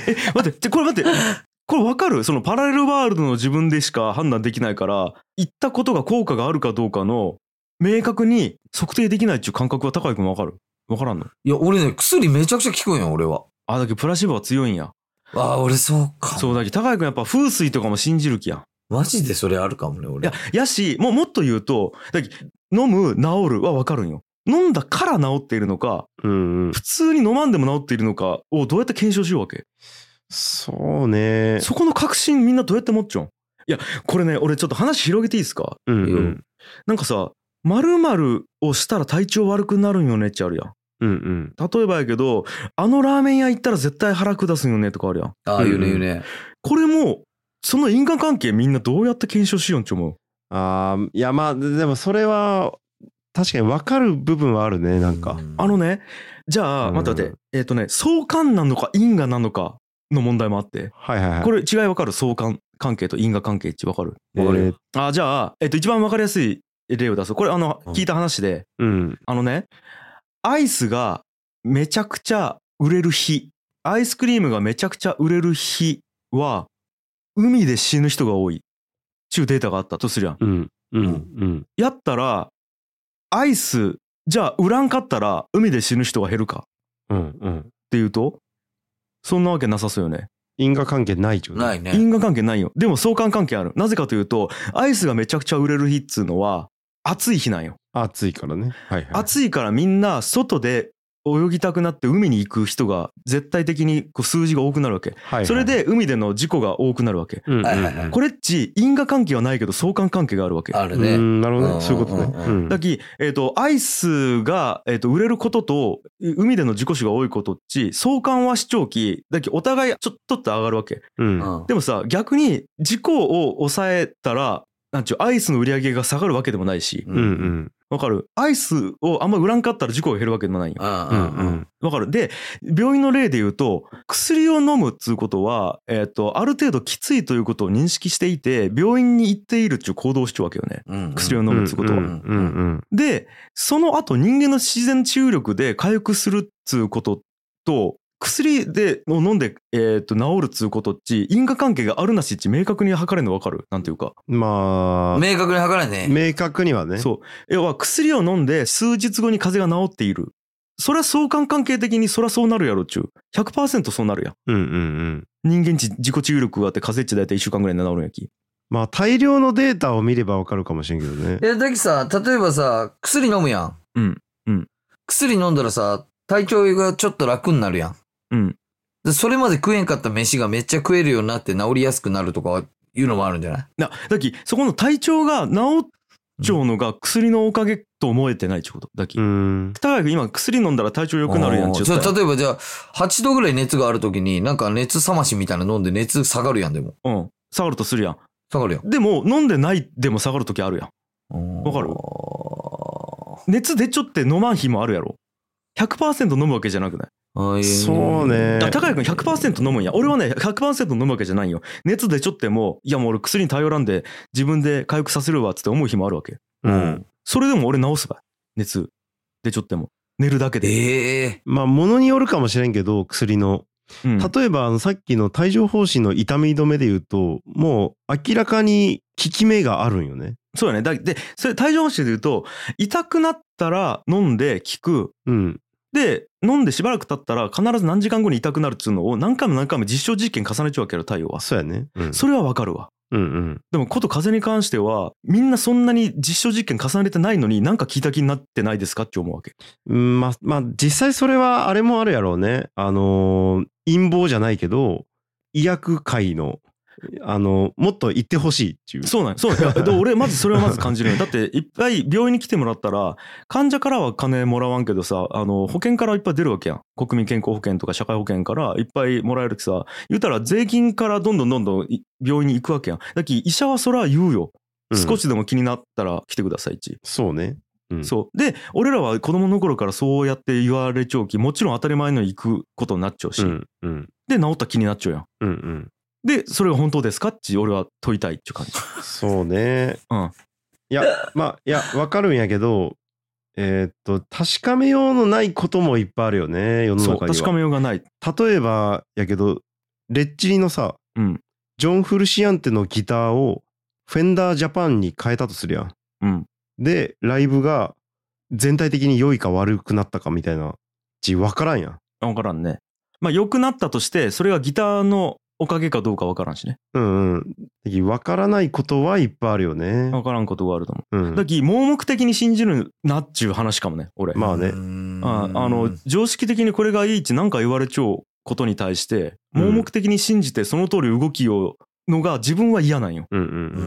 Speaker 1: え待ってでこれ待ってこれ分かるそのパラレルワールドの自分でしか判断できないから言ったことが効果があるかどうかの明確に測定できないっていう感覚は高井君分かるわからんの
Speaker 3: いや、俺ね、薬めちゃくちゃ効くんや、俺は。
Speaker 1: あ、だけどプラシーボは強いんや。
Speaker 3: ああ、俺そうか。
Speaker 1: そうだけど、高井くんやっぱ風水とかも信じる気やん。
Speaker 3: マジでそれあるかもね、
Speaker 1: い
Speaker 3: 俺
Speaker 1: や。、やし、もうもっと言うと、だけど飲む、治るはわかるんよ。飲んだから治っているのか、
Speaker 2: うんうん。
Speaker 1: 普通に飲まんでも治っているのかをどうやって検証しようわけ
Speaker 2: そうね。
Speaker 1: そこの確信みんなどうやって持っちゃうんいや、これね、俺ちょっと話広げていいですか
Speaker 2: うんう
Speaker 3: うんん。
Speaker 1: なんかさ、〇〇をしたら体調悪くなるんよねってあるやん。
Speaker 2: うんうん。
Speaker 1: 例えばやけど、あのラーメン屋行ったら絶対腹下すんよねとかあるやん。
Speaker 3: ああ、言うね、
Speaker 2: うん
Speaker 3: 言
Speaker 2: う
Speaker 3: うんね。
Speaker 1: これも、その因果関係みんなどうやって検証しようんち思う
Speaker 2: ああ、いやまあ、ででもそれは、確かに分かる部分はあるね、なんか
Speaker 3: う。
Speaker 1: あのね、じゃあ、
Speaker 2: うん
Speaker 1: 待って待って、えっ、とね、相関なのか因果なのかの問題もあって、
Speaker 2: はいはいはい。
Speaker 1: これ違いわかる相関関係と因果関係ってわかる
Speaker 2: えー
Speaker 3: わかるよ
Speaker 1: あ、じゃあ、えっ、と、一番わかりやすい例を出すと、これあの、
Speaker 3: うん
Speaker 1: 聞いた話で、
Speaker 2: うん。
Speaker 1: あのね、アイスがめちゃくちゃ売れる日、アイスクリームがめちゃくちゃ売れる日は、海で死ぬ人が多い。ちゅうデータがあったとするやん。
Speaker 2: うん。うん。
Speaker 3: う
Speaker 2: うん。
Speaker 1: やったら、アイス、じゃあ売らんかったら海で死ぬ人が減るか。
Speaker 2: うん。うん。
Speaker 1: っていうとそんなわけなさそうよね
Speaker 2: 因果関係ない状。
Speaker 3: ないいね。
Speaker 1: 因果関係ないよでも相関関係あるなぜかというとアイスがめちゃくちゃ売れる日っつうのは暑い日なんよ
Speaker 2: 暑いからね。はいはい。
Speaker 1: 暑いからみんな外で泳ぎたくなって海に行く人が絶対的にこう数字が多くなるわけ
Speaker 2: はいはい
Speaker 1: それ、で海での事故が多くなるわけ
Speaker 2: うんうん
Speaker 3: はいはいは
Speaker 2: う
Speaker 3: い
Speaker 2: ん
Speaker 1: これっち因果関係はないけど相関関係があるわけ
Speaker 3: ある
Speaker 2: う
Speaker 3: ね。
Speaker 2: んなるほど
Speaker 3: う
Speaker 2: ね。
Speaker 3: ん
Speaker 2: そういうことね。
Speaker 3: うん
Speaker 2: うん
Speaker 1: だき、えっとアイスが、えっと売れることとう海での事故死が多いことっち相関は主張期だきお互いちょっとって上がるわけ
Speaker 2: うん
Speaker 3: うん
Speaker 1: でもさ逆に事故を抑えたらなんちゅうアイスの売り上げが下がるわけでもないし
Speaker 2: うんう。ん
Speaker 1: わかるアイスをあんま売らんかったら事故が減るわけでもないんよ
Speaker 3: うん
Speaker 2: う
Speaker 3: うんん
Speaker 2: う
Speaker 3: うん。
Speaker 2: ん
Speaker 1: わかるで病院の例で言うと薬を飲むっつうことは、えー、とある程度きついということを認識していて病院に行っているっちゅう行動をしちゃうわけよね
Speaker 3: うん
Speaker 1: 薬を飲むっつうことは。
Speaker 2: うんうんうん
Speaker 1: でその後人間の自然治癒力で回復するっつうことと薬でを飲んで、えー、と治るっつうことっち因果関係があるなしっち明確に測れるの分かるなんていうか
Speaker 2: まあ、
Speaker 3: 明確に測れね。
Speaker 2: 明確にはね。
Speaker 1: そう要は薬を飲んで数日後に風邪が治っているそりゃ相関関係的にそりゃそうなるやろっちゅう100%そうなるやん
Speaker 2: うんうんうん。
Speaker 1: 人間ち自己治癒力があって風邪っち大体1週間ぐらいで治るんやき
Speaker 2: まあ、大量のデータを見ればわかるかもしれんけどね
Speaker 3: い。や、だけどさ、例えばさ、薬飲むやん。
Speaker 1: うんうん
Speaker 3: 薬飲んだらさ、体調がちょっと楽になるやん。
Speaker 1: うん
Speaker 3: でそれまで食えんかった飯がめっちゃ食えるようになって治りやすくなるとかいうのもあるんじゃない
Speaker 1: なだっきそこの体調が治っちゃうのが薬のおかげと思えてないっちゅうことだっき、
Speaker 2: うん。
Speaker 1: 高君今薬飲んだら体調良くなるやんっちゅう
Speaker 3: じゃ
Speaker 1: た
Speaker 3: あ例えばじゃあ、8度ぐらい熱があるときに、なんか熱冷ましみたいなの飲んで熱下がるやん、でも。
Speaker 1: うん下がるとするやん
Speaker 3: 下がるや
Speaker 1: でも飲んでないでも下がる時あるやん
Speaker 3: ん。
Speaker 1: わかる
Speaker 3: あ
Speaker 1: 熱出ちょって飲まん日もあるやろ100%飲むわけじゃなくない
Speaker 3: ー
Speaker 2: そう。ね
Speaker 1: だ。から高井君100%飲むんや俺はね100%飲むわけじゃないよ熱でちょってもいやもう俺薬に頼らんで自分で回復させるわっつって思う日もあるわけ
Speaker 2: うん。
Speaker 1: それでも俺治すばい熱でちょっても寝るだけで、
Speaker 3: ええ
Speaker 2: まあ、ものによるかもしれんけど、薬の。
Speaker 1: うん
Speaker 2: 例えば、あの、さっきの帯状疱疹の痛み止めで言うと、もう明らかに効き目があるんよね。
Speaker 1: そうやねだでそれ体調方で言うと痛くなったら飲んで効く
Speaker 2: うん。
Speaker 1: で飲んでしばらく経ったら必ず何時間後に痛くなるっつうのを何回も何回も実証実験重ねちゃうわけやろ太陽は
Speaker 2: そうやね。うん
Speaker 1: それはわかるわ
Speaker 2: うんうん。
Speaker 1: でもこと風邪に関してはみんなそんなに実証実験重ねてないのになんか聞いた気になってないですかって思うわけ
Speaker 2: うんまあ、まあ、実際それはあれもあるやろうね。あのー陰謀じゃないけど、医薬界の、あのもっと言ってほしいっていう。
Speaker 1: そうなんよそうなんよいやで俺まずそれはまず感じるよだっていっぱい病院に来てもらったら患者からは金もらわんけどさあの保険からいっぱい出るわけやん国民健康保険とか社会保険からいっぱいもらえるきさ言うたら税金からどんどんどんどんい病院に行くわけやんだき医者はそら言うよ
Speaker 2: うん
Speaker 1: 少。しでも気になったら来てくださいち、
Speaker 2: そうね。うん
Speaker 1: そうで俺らは子供の頃からそうやって言われちゃうきもちろん当たり前のように行くことになっちゃうし、
Speaker 2: うんうん
Speaker 1: で治った気になっちゃうやん
Speaker 2: うんうん。
Speaker 1: でそれが本当ですかって俺は問いたいっていう感じ
Speaker 2: *laughs* そうね。
Speaker 1: うん
Speaker 2: いや、まあ、いや、わかるんやけど、えーっと、確かめようのないこともいっぱいあるよね、世の
Speaker 1: そう
Speaker 2: 中には。
Speaker 1: 確かめようがない
Speaker 2: 例えばやけどレッチリのさ、
Speaker 1: うん
Speaker 2: ジョン・フルシアンテのギターをフェンダージャパンに変えたとするやん。
Speaker 1: うん
Speaker 2: でライブが全体的に良いか悪くなったかみたいな字分からんやん。
Speaker 1: 分からんねまあ良くなったとしてそれがギターのおかげかどうか分からんしね
Speaker 2: うんうん。だき分からないことはいっぱいあるよね。
Speaker 1: 分からんことがあると思
Speaker 2: う
Speaker 1: うんだ。き盲目的に信じるなっちゅう話かもね俺、
Speaker 2: まあね
Speaker 3: うーん
Speaker 1: ああの常識的にこれがいいって何か言われちゃうことに対して
Speaker 2: うん
Speaker 1: 盲目的に信じてその通り動きをのが自分は嫌なんよ。
Speaker 2: うんう
Speaker 3: うんうん
Speaker 2: ん
Speaker 3: う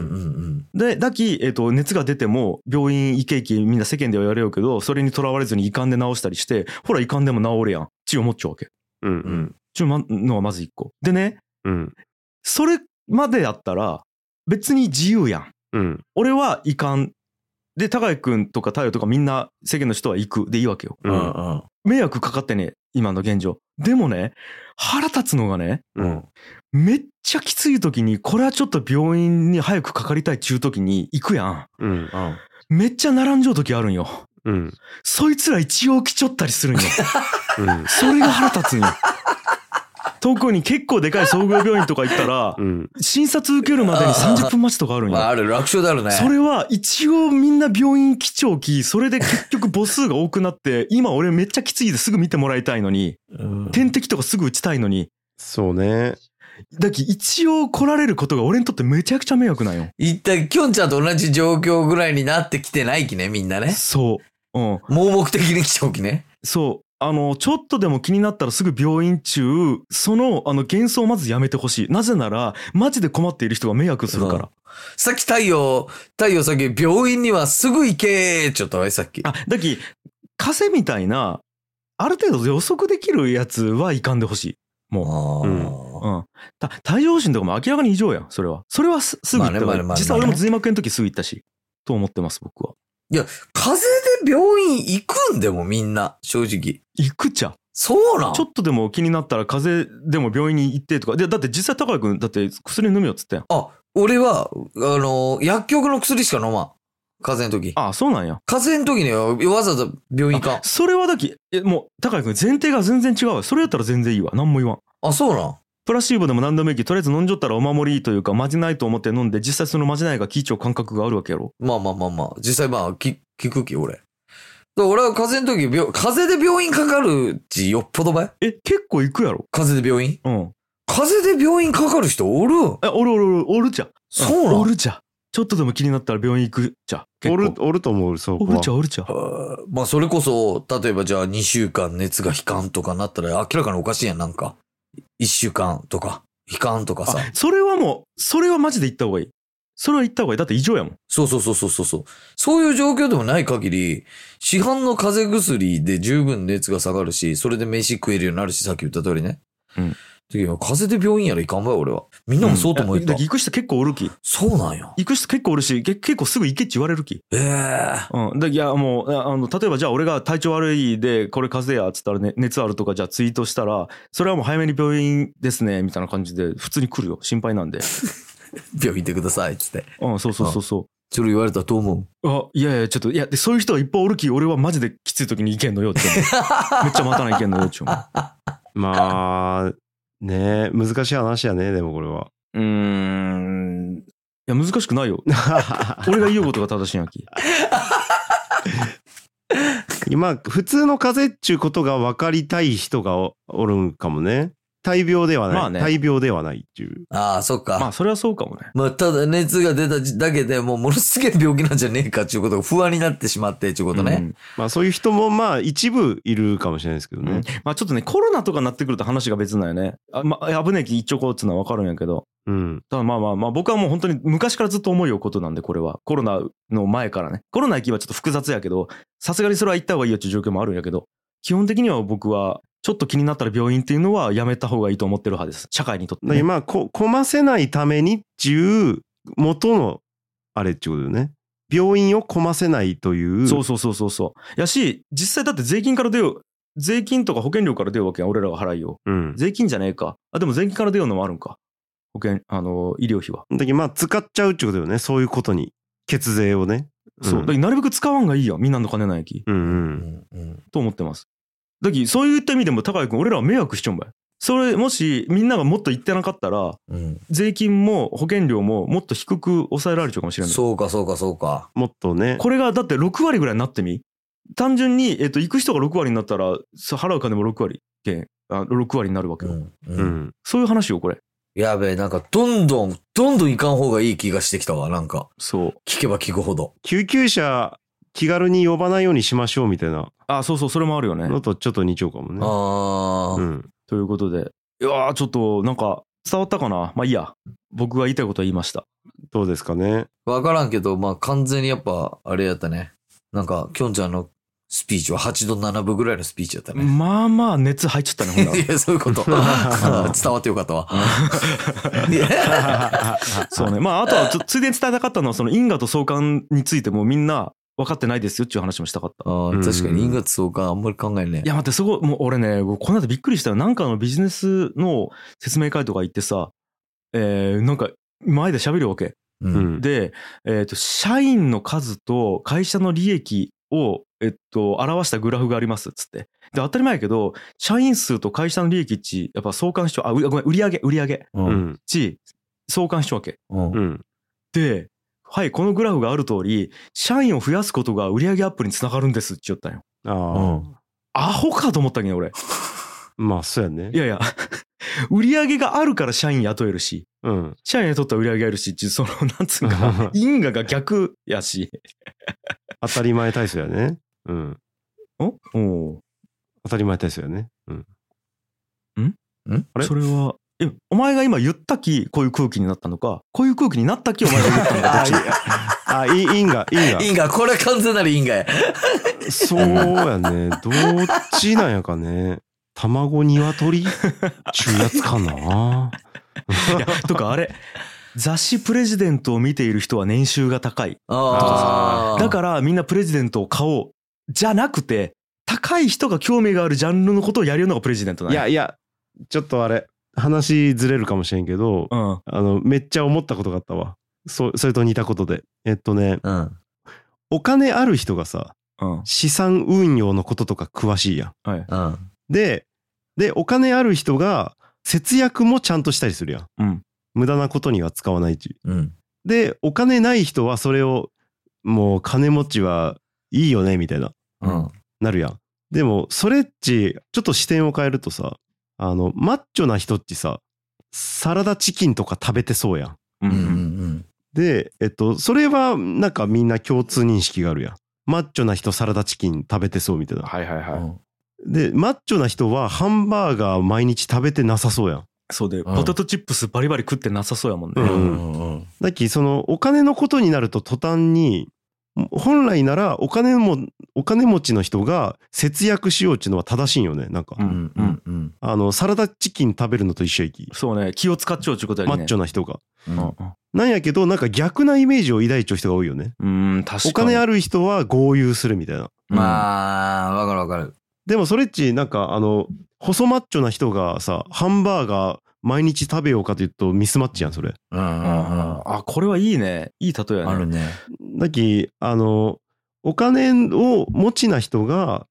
Speaker 3: ん
Speaker 1: でだき、えっと熱が出ても病院行け行けみんな世間では言われようけどそれにとらわれずに胃カンで治したりしてほら胃カンでも治るやん血を持っちゃうわけ。
Speaker 2: うん。うんうん。
Speaker 1: ちゅうまのがまず一個。でね
Speaker 2: うん
Speaker 1: それまでやったら別に自由やん。
Speaker 2: うん。
Speaker 1: 俺は胃カンで高井くんとか太陽とかみんな世間の人は行くでいいわけよ。
Speaker 2: うん
Speaker 3: うん
Speaker 1: 迷惑かかってね今の現状でもね腹立つのがね
Speaker 2: うん。
Speaker 1: めっちゃきつい時にこれはちょっと病院に早くかかりたいっちゅう時に行くや
Speaker 2: うん。
Speaker 3: うん
Speaker 1: んめっちゃ並んじゃう時あるんよ
Speaker 2: うん。
Speaker 1: そいつら一応来ちょったりするんよ
Speaker 2: うん。
Speaker 1: それが腹
Speaker 2: *laughs*
Speaker 1: 立つんよ特に結構でかい総合病院とか行ったら
Speaker 2: うん。
Speaker 1: 診察受けるまでに30分待ちとかあるんよ、
Speaker 3: まあある楽勝であるね
Speaker 1: それは一応みんな病院基調きそれで結局母数が多くなって *laughs* 今俺めっちゃきついですぐ見てもらいたいのに
Speaker 3: うん
Speaker 1: 点滴とかすぐ打ちたいのに
Speaker 2: そうね。
Speaker 1: だき一応来られることが俺にとってめちゃくちゃ迷惑なんよ。
Speaker 3: 一旦きょんちゃんと同じ状況ぐらいになってきてないきねみんなね
Speaker 1: そう。うん。
Speaker 3: 盲目的に来ちゃうきね
Speaker 1: そう。あの、ちょっとでも気になったらすぐ病院中、その、あの、幻想をまずやめてほしい。なぜなら、マジで困っている人が迷惑するから。
Speaker 3: さっき太陽太陽さっき病院にはすぐ行けーちょっとさっき
Speaker 1: あ、だき、風邪みたいな、ある程度予測できるやつはいかんでほしい。も
Speaker 3: あー
Speaker 1: う。うん。た、帯状疱疹とかも明らかに異常やん、それは。それはすすぐ行った方がいい
Speaker 3: まあねまあねまあね
Speaker 1: 実際俺も髄膜炎の時すぐ行ったし。と思ってます、僕は。
Speaker 3: 風邪で病院行くんでもみんな正直
Speaker 1: 行くちゃ。
Speaker 3: そうなん
Speaker 1: ちょっとでも気になったら風邪でも病院に行ってとか。で、だって実際高井くん、だって薬飲みよっつったやん。
Speaker 3: あ俺はあの薬局の薬しか飲まん風邪の時
Speaker 1: ああ、そうなんや。
Speaker 3: 風邪の時にはわざわざ病院行かん
Speaker 1: それはだき、えもう、高井くん、前提が全然違うわ。それやったら全然いいわ。何も言わん。
Speaker 3: あそうなん
Speaker 1: プラシーボでも何でもいいけど、とりあえず飲んじゃったらお守りというか、まじないと思って飲んで、実際そのまじないが効いちゃう感覚があるわけやろ。
Speaker 3: まあまあまあまあ、実際まあ、き、聞くき、俺。だから俺は風邪の時、病、風邪で病院かかるちよっぽどばい
Speaker 1: え、結構行くやろ。
Speaker 3: 風邪で病院
Speaker 1: うん。
Speaker 3: 風邪で病院かかる人おる
Speaker 1: え、おるおるおる、おるじゃん。
Speaker 3: そう
Speaker 1: お
Speaker 3: なん
Speaker 1: るじゃん。ちょっとでも気になったら病院行くじゃん。結
Speaker 2: お
Speaker 1: 構
Speaker 2: る、おると思う、そこ
Speaker 1: おる
Speaker 2: は
Speaker 1: じゃ。ん、おるじゃん。
Speaker 3: あーまあ、それこそ、例えばじゃあ2週間熱が引かんとかなったら明らかにおかしいやん、なんか。1週間とか、引かんとか
Speaker 1: あ
Speaker 3: さ。、
Speaker 1: それはもう、それはマジで行った方がいい。それは行った方がいい。だって異常やもん。
Speaker 3: そうそうそうそうそうそう。そういう状況でもない限り、市販の風邪薬で十分熱が下がるし、それで飯食えるようになるし、さっき言った通りね。
Speaker 1: うん。
Speaker 3: 時は風邪で病院やらいかんばい、俺は。みんなもそうと思
Speaker 1: い
Speaker 3: っ
Speaker 1: や
Speaker 3: た。
Speaker 1: だって行く人結構おるき。
Speaker 3: そうなんや。
Speaker 1: 行く人結構おるし、け結構すぐ行けって言われるき。
Speaker 3: ええ
Speaker 1: うん、でいやもうああの例えばじゃあ俺が体調悪いでこれ風邪やっつったら、ね、熱あるとかじゃあツイートしたらそれはもう早めに病院ですねみたいな感じで普通に来るよ心配なんで、
Speaker 3: 病院行ってください、つって。
Speaker 1: うん、そうそうそうそ
Speaker 3: それ言われたと思
Speaker 1: う
Speaker 3: う。
Speaker 1: あいやいやちょっといやでそういう人はいっぱいおるき俺はマジできつい時に行けんのよって思うめっちゃ待たないけんのよって思
Speaker 2: まあ、ねえ難しい話やね、でもこれは。
Speaker 1: ううーんいや難しくないよ俺が言うことが正しいんやき
Speaker 2: 今、普通の風邪っちゅうことが分かりたい人がおおるんかもね。大病ではない。
Speaker 1: まあね
Speaker 2: 大病ではないっていう。
Speaker 3: ああ、そっか。
Speaker 1: ま
Speaker 3: ま
Speaker 1: あ
Speaker 3: あ、
Speaker 1: それはそうかもね
Speaker 3: ただ熱が出ただけでもうものすげえ病気なんじゃねえかっていうことが不安になってしまってっていうことね。
Speaker 1: うん
Speaker 2: まあそういう人もまあ一部いるかもしれないですけど
Speaker 1: うん
Speaker 2: ね。
Speaker 1: まあちょっとねコロナとかになってくると話が別なんよねあ、まあ、危ねえき一応こうっつうのは分かるんやけど
Speaker 2: うん。
Speaker 1: ただまあまあまあ僕はもう本当に昔からずっと思いようことなんでこれはコロナの前からねコロナ行きはちょっと複雑やけどさすがにそれは行った方がいいよっていう状況もあるんやけど基本的には僕はちょっと気になったら病院っていうのはやめた方がいいと思ってる派です社会にとって
Speaker 2: だ
Speaker 1: ね、
Speaker 2: 今、まあこ、こませないためにっていう元のあれっていうことだよね。病院をこませないという。
Speaker 1: そうそうそうそうそうやし実際だって税金から出よう税金とか保険料から出ようわけやん俺らが払いよ
Speaker 2: う。うん。だ
Speaker 1: 税金じゃねえかあでも税金から出ようのもあるんか保険あの医療費は、
Speaker 2: けどまあ使っちゃうってことだよね。そういうことに。血税をね。
Speaker 1: そうだ
Speaker 2: ん
Speaker 1: けどなるべく使わんがいいやんみんなの金ないき
Speaker 2: うんう。
Speaker 3: うんんうん
Speaker 1: と思ってます。だきそういった意味でも高井君俺らは迷惑しちょんばい。それもしみんながもっと言ってなかったら
Speaker 3: うん
Speaker 1: 税金も保険料ももっと低く抑えられちゃうかもしれない。
Speaker 3: そうかそうかそうか。
Speaker 2: もっとね。
Speaker 1: これがだって6割ぐらいになってみ単純に、えっと、行く人が6割になったら、そ払う金も6割減、あ6割になるわけ
Speaker 3: う
Speaker 1: よ。
Speaker 3: ん
Speaker 2: う
Speaker 3: うん
Speaker 2: ん。
Speaker 1: そういう話よ、これ。
Speaker 3: やべえ、なんか、どんどん、どんどん行かん方がいい気がしてきたわ、なんか。
Speaker 1: そう。
Speaker 3: 聞けば聞くほど。
Speaker 2: 救急車気軽に呼ばないようにしましょうみたいな
Speaker 1: あ、そうそう、それもあるよね。
Speaker 2: のとちょっと似ちゃうかもね。
Speaker 3: あ
Speaker 2: う
Speaker 3: あ、
Speaker 2: ん。
Speaker 1: ということで。いやー、ちょっと、なんか、伝わったかなまあいいや。僕が言いたいことは言いました。
Speaker 2: どうですかね。
Speaker 3: わからんけど、まあ、完全にやっぱ、あれやったね。なんか、きょんちゃんのスピーチは8度7分ぐらいのスピーチやったね。
Speaker 1: まあまあ、熱入っちゃったね、ほんなら。
Speaker 3: *laughs* いや、そういうこと。伝わってよかったわ。 *laughs* いや
Speaker 1: そうね。まあ、あとはちょ、ついでに伝えたかったのは、その因果と相関についてもみんな分かってないですよっていう話もしたかった。
Speaker 3: あー確かに、因果と相関あんまり考えない
Speaker 1: い。や、待って、そこ、もう俺ね、この後びっくりしたよ。なんかのビジネスの説明会とか行ってさ、えー、なんか、前で喋るわけ。
Speaker 2: う
Speaker 3: う。
Speaker 2: んん。
Speaker 1: で、えっ、と、社員の数と会社の利益を、えっと、表したグラフがあります、つって。で、当たり前やけど、社員数と会社の利益値、やっぱ相関しちゃう。あ、うごめん、売上売上
Speaker 2: う
Speaker 3: う。
Speaker 2: んん。
Speaker 1: 値、相関しちゃうわけ。
Speaker 3: うん
Speaker 2: うん。
Speaker 1: で、はい、このグラフがある通り、社員を増やすことが売上アップにつながるんですって言ったんよ。
Speaker 2: ああ、
Speaker 3: うん
Speaker 1: アホかと思ったけど、俺。
Speaker 2: まあ、そうやね
Speaker 1: い。やいや、 *laughs* 売上があるから社員雇えるし、
Speaker 2: うん。
Speaker 1: 社員雇ったら売上があるしっていう、その、 *laughs* なんつうん *laughs* か、因果が逆やし。
Speaker 2: 当たり前体操やね。うん。
Speaker 1: んおう
Speaker 2: 当たり前体操やね。うん。あれ
Speaker 1: それは、え、お前が今言ったき、こういう空気になったのか、こういう空気になったき、お前が言ったのか、どっ *laughs* ち
Speaker 2: あ、いい、いいんが、いいんが。
Speaker 3: 因果、これは完全なる因果や。
Speaker 2: そうやね。どっちなんやかね。卵鶏ちゅうやつかな。
Speaker 1: いや *laughs* とか、あれ、雑誌プレジデントを見ている人は年収が高い。
Speaker 3: ああ。
Speaker 1: だからみんなプレジデントを買おう。じゃなくて、高い人が興味があるジャンルのことをやるのがプレジデントだ
Speaker 2: *laughs* い
Speaker 1: ね。
Speaker 2: やいや、ちょっとあれ、話ずれるかもしれんけど、
Speaker 1: うん。
Speaker 2: あの、めっちゃ思ったことがあったわ。そそれと似たことで。えっとね、
Speaker 3: ら、うん。
Speaker 2: お金ある人がさ、
Speaker 1: うん。
Speaker 2: 資産運用のこととか詳しいやん。
Speaker 3: うん。
Speaker 2: で、で、お金ある人が節約もちゃんとしたりするやん。
Speaker 1: うん。
Speaker 2: 無駄なことには使わないし。
Speaker 3: うん。
Speaker 2: で、お金ない人はそれを、もう金持ちはいいよね、みたいな、
Speaker 3: うん。
Speaker 2: なるやん。でも、それっち、ちょっと視点を変えるとさ、あの、マッチョな人っちさ、サラダチキンとか食べてそうやん。
Speaker 1: う。
Speaker 3: うん。うんん。
Speaker 2: で、えっと、それはなんかみんな共通認識があるやん。マッチョな人サラダチキン食べてそうみたいな。
Speaker 1: はいはいうはい。
Speaker 3: ん。
Speaker 2: で、マッチョな人はハンバーガー毎日食べてなさそうやん。
Speaker 1: そうで、ポテトチップスバリバリ食ってなさそうやもん
Speaker 2: う
Speaker 1: ね。
Speaker 3: うん。うん。
Speaker 2: だっきそのお金のことになると途端に本来ならお金もお金持ちの人が節約しようっていうのは正しいんよねなんか、
Speaker 1: う
Speaker 3: うんん。うん。うん。
Speaker 2: あのサラダチキン食べるのと一緒やき、
Speaker 1: そうね、気を使っちゃうちゅうことや
Speaker 2: マ
Speaker 1: ね。
Speaker 2: ッチョな人が
Speaker 3: うん。
Speaker 2: なんやけどなんか逆なイメージを抱いちゃう人が多いよね
Speaker 1: うん、うん、確かに。
Speaker 2: お金あ
Speaker 1: る。
Speaker 2: る人は豪遊するみたいな
Speaker 1: まあ、
Speaker 3: まあ、わかるわかる。
Speaker 2: でもそれっちなんかあの細マッチョな人がさハンバーガー毎日食べようかというとミスマッチやんそれ
Speaker 3: うんうんうん。
Speaker 1: あ、これはいいね。いい例えやね。
Speaker 3: あるね。
Speaker 2: だっきあのお金を持ちな人が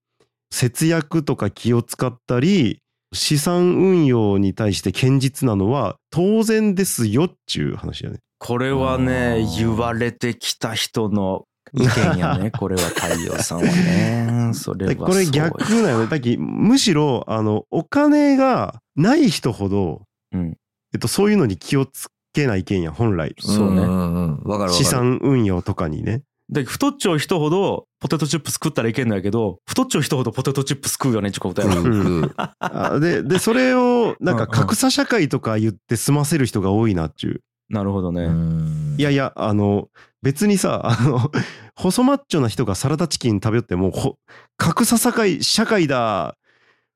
Speaker 2: 節約とか気を使ったり資産運用に対して堅実なのは当然ですよっちゅう話だね。
Speaker 1: これはね
Speaker 3: あ、ー
Speaker 1: 言われてきた人の意見やね。これは太陽さんはね。それは
Speaker 2: だっ
Speaker 1: そ
Speaker 2: き
Speaker 1: うよ。
Speaker 2: これ逆だよね。だっきむしろあのお金がない人ほど、
Speaker 1: うん
Speaker 2: えっと、そういうのに気をつけないけんや本来
Speaker 1: そうね
Speaker 3: んうんうん。わかるわかる。
Speaker 2: 資。産運用とかにね。
Speaker 1: で、太っちょい人ほどポテトチップス食ったらいけんのやけど、太っちょい人ほどポテトチップス食うよね、ちゅうことやろ。
Speaker 3: うん。
Speaker 2: あででそれをなんか格差社会とか言って済ませる人が多いなっちゅう。
Speaker 1: なるほどね。
Speaker 3: うん
Speaker 2: いやいや、あの、別にさ、 *laughs* あの、細マッチョな人がサラダチキン食べよっても、ほ格差社会、社会だ、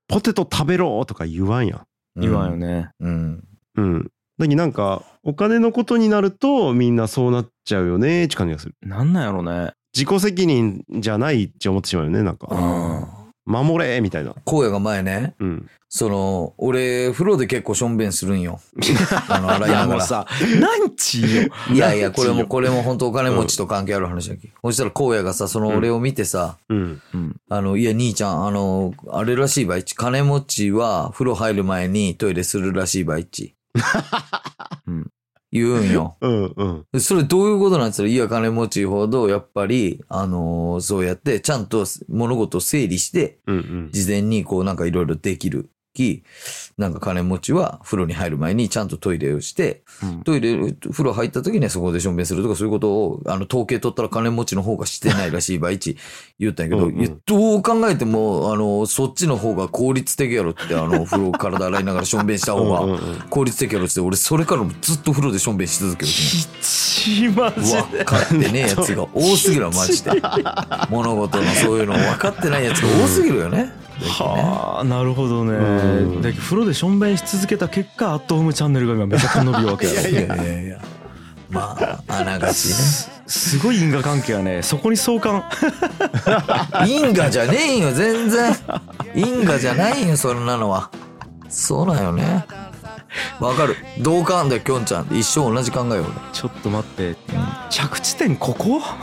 Speaker 2: ポテト食べろとか言わんやん。
Speaker 1: 言わんよね。
Speaker 3: うん。
Speaker 2: うん。だけどなんか、お金のことになると、みんなそうなっちゃうよね、って感じがする。
Speaker 1: なんなんやろね。
Speaker 2: 自己責任じゃないって思ってしまうよね、なん
Speaker 1: う
Speaker 2: か。
Speaker 1: ん
Speaker 2: 守れみたいな。
Speaker 3: 荒野が前ね、
Speaker 2: うん。
Speaker 3: その、俺、風呂で結構しょんべんするんよ。あの、洗
Speaker 1: い
Speaker 3: いな
Speaker 1: やも
Speaker 3: が
Speaker 1: う
Speaker 3: ら。
Speaker 1: さ、なんち *laughs* よ。
Speaker 3: いやいや、
Speaker 1: なんち
Speaker 3: こ
Speaker 1: よ
Speaker 3: れも、これも本当お金持ちと関係ある話だけど。そしたら荒野がさ、その俺を見てさ、
Speaker 2: うん。
Speaker 1: うん。
Speaker 3: あの、いや、兄ちゃん、あの、あれらしいばいち。金持ちは風呂入る前にトイレするらしいばいち。
Speaker 1: うん
Speaker 3: 言うんよ。
Speaker 2: うんうん。
Speaker 3: でそれどういうことなんですかいや、金持ちほど、やっぱり、あのーそうやって、ちゃんと物事を整理して、
Speaker 2: うんうん。
Speaker 3: 事前にこうなんかいろいろできるき、なんか金持ちは風呂に入る前にちゃんとトイレをして、
Speaker 1: うん
Speaker 3: トイレ、風呂入った時にはそこでしょんべんするとかそういうことを、あの、統計取ったら金持ちの方がしてないらしい、ばいち言ったんやけど、
Speaker 2: うんうん
Speaker 3: いやどう考えても、あの、そっちの方が効率的やろって、あ *laughs* の、風呂体洗いながらしょんべんした方
Speaker 2: うん
Speaker 3: が
Speaker 2: うんうん
Speaker 3: 効率的やろって、俺それからもずっと風呂でしょんべんし続ける。
Speaker 1: ちマジで
Speaker 3: 分かってねえやつが多すぎるわマジで *laughs* 物事のそういうの分かってないやつが多すぎるよね
Speaker 1: はあなるほど
Speaker 2: う
Speaker 1: ね
Speaker 2: ん
Speaker 1: だけど風呂でしょんべんし続けた結果アットホームチャンネルが今めちゃくちゃ伸びるわけや
Speaker 3: いやいやいやまああながち
Speaker 1: すすごい因果関係やねそこに相関
Speaker 3: ね *laughs* 因果じゃねえよ全然因果じゃないよそんなのはそうなんよねわかる同感だよきょんちゃん一生同じ考えよ
Speaker 1: *laughs* ちょっと待って着地点ここ *laughs*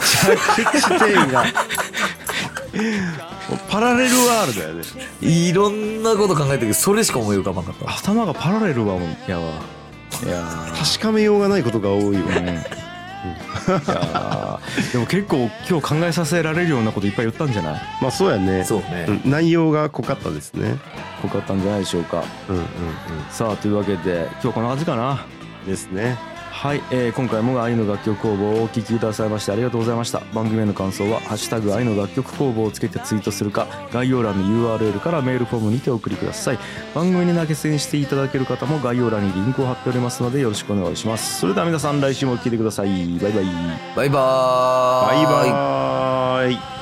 Speaker 2: パラレルワールドやね。
Speaker 3: 俺いろんなこと考えてるけどそれしか思い浮かばんかったわ
Speaker 1: 頭がパラレルはもんやわいやー
Speaker 2: 確かめようがないことが多いわ。
Speaker 1: うん *laughs* いやーでも結構今日考えさせられるようなこといっぱい言ったんじゃない
Speaker 2: まあそうやね。
Speaker 3: そうね、
Speaker 2: うん内容が濃かったですね。
Speaker 1: 濃かったんじゃないでしょうか
Speaker 2: うんうんうん。
Speaker 1: さあというわけで今日こんな感じかな
Speaker 2: ですね。
Speaker 1: はい、えー今回も愛の楽曲工房をお聴きくださいましてありがとうございました番組への感想は「ハッシュタグ愛の楽曲工房」をつけてツイートするか概要欄の URL からメールフォームにてお送りください番組に投げ銭していただける方も概要欄にリンクを貼っておりますのでよろしくお願いしますそれでは皆さん来週も聴いてくださいバイバイ
Speaker 3: バイバー
Speaker 2: バイバーイ。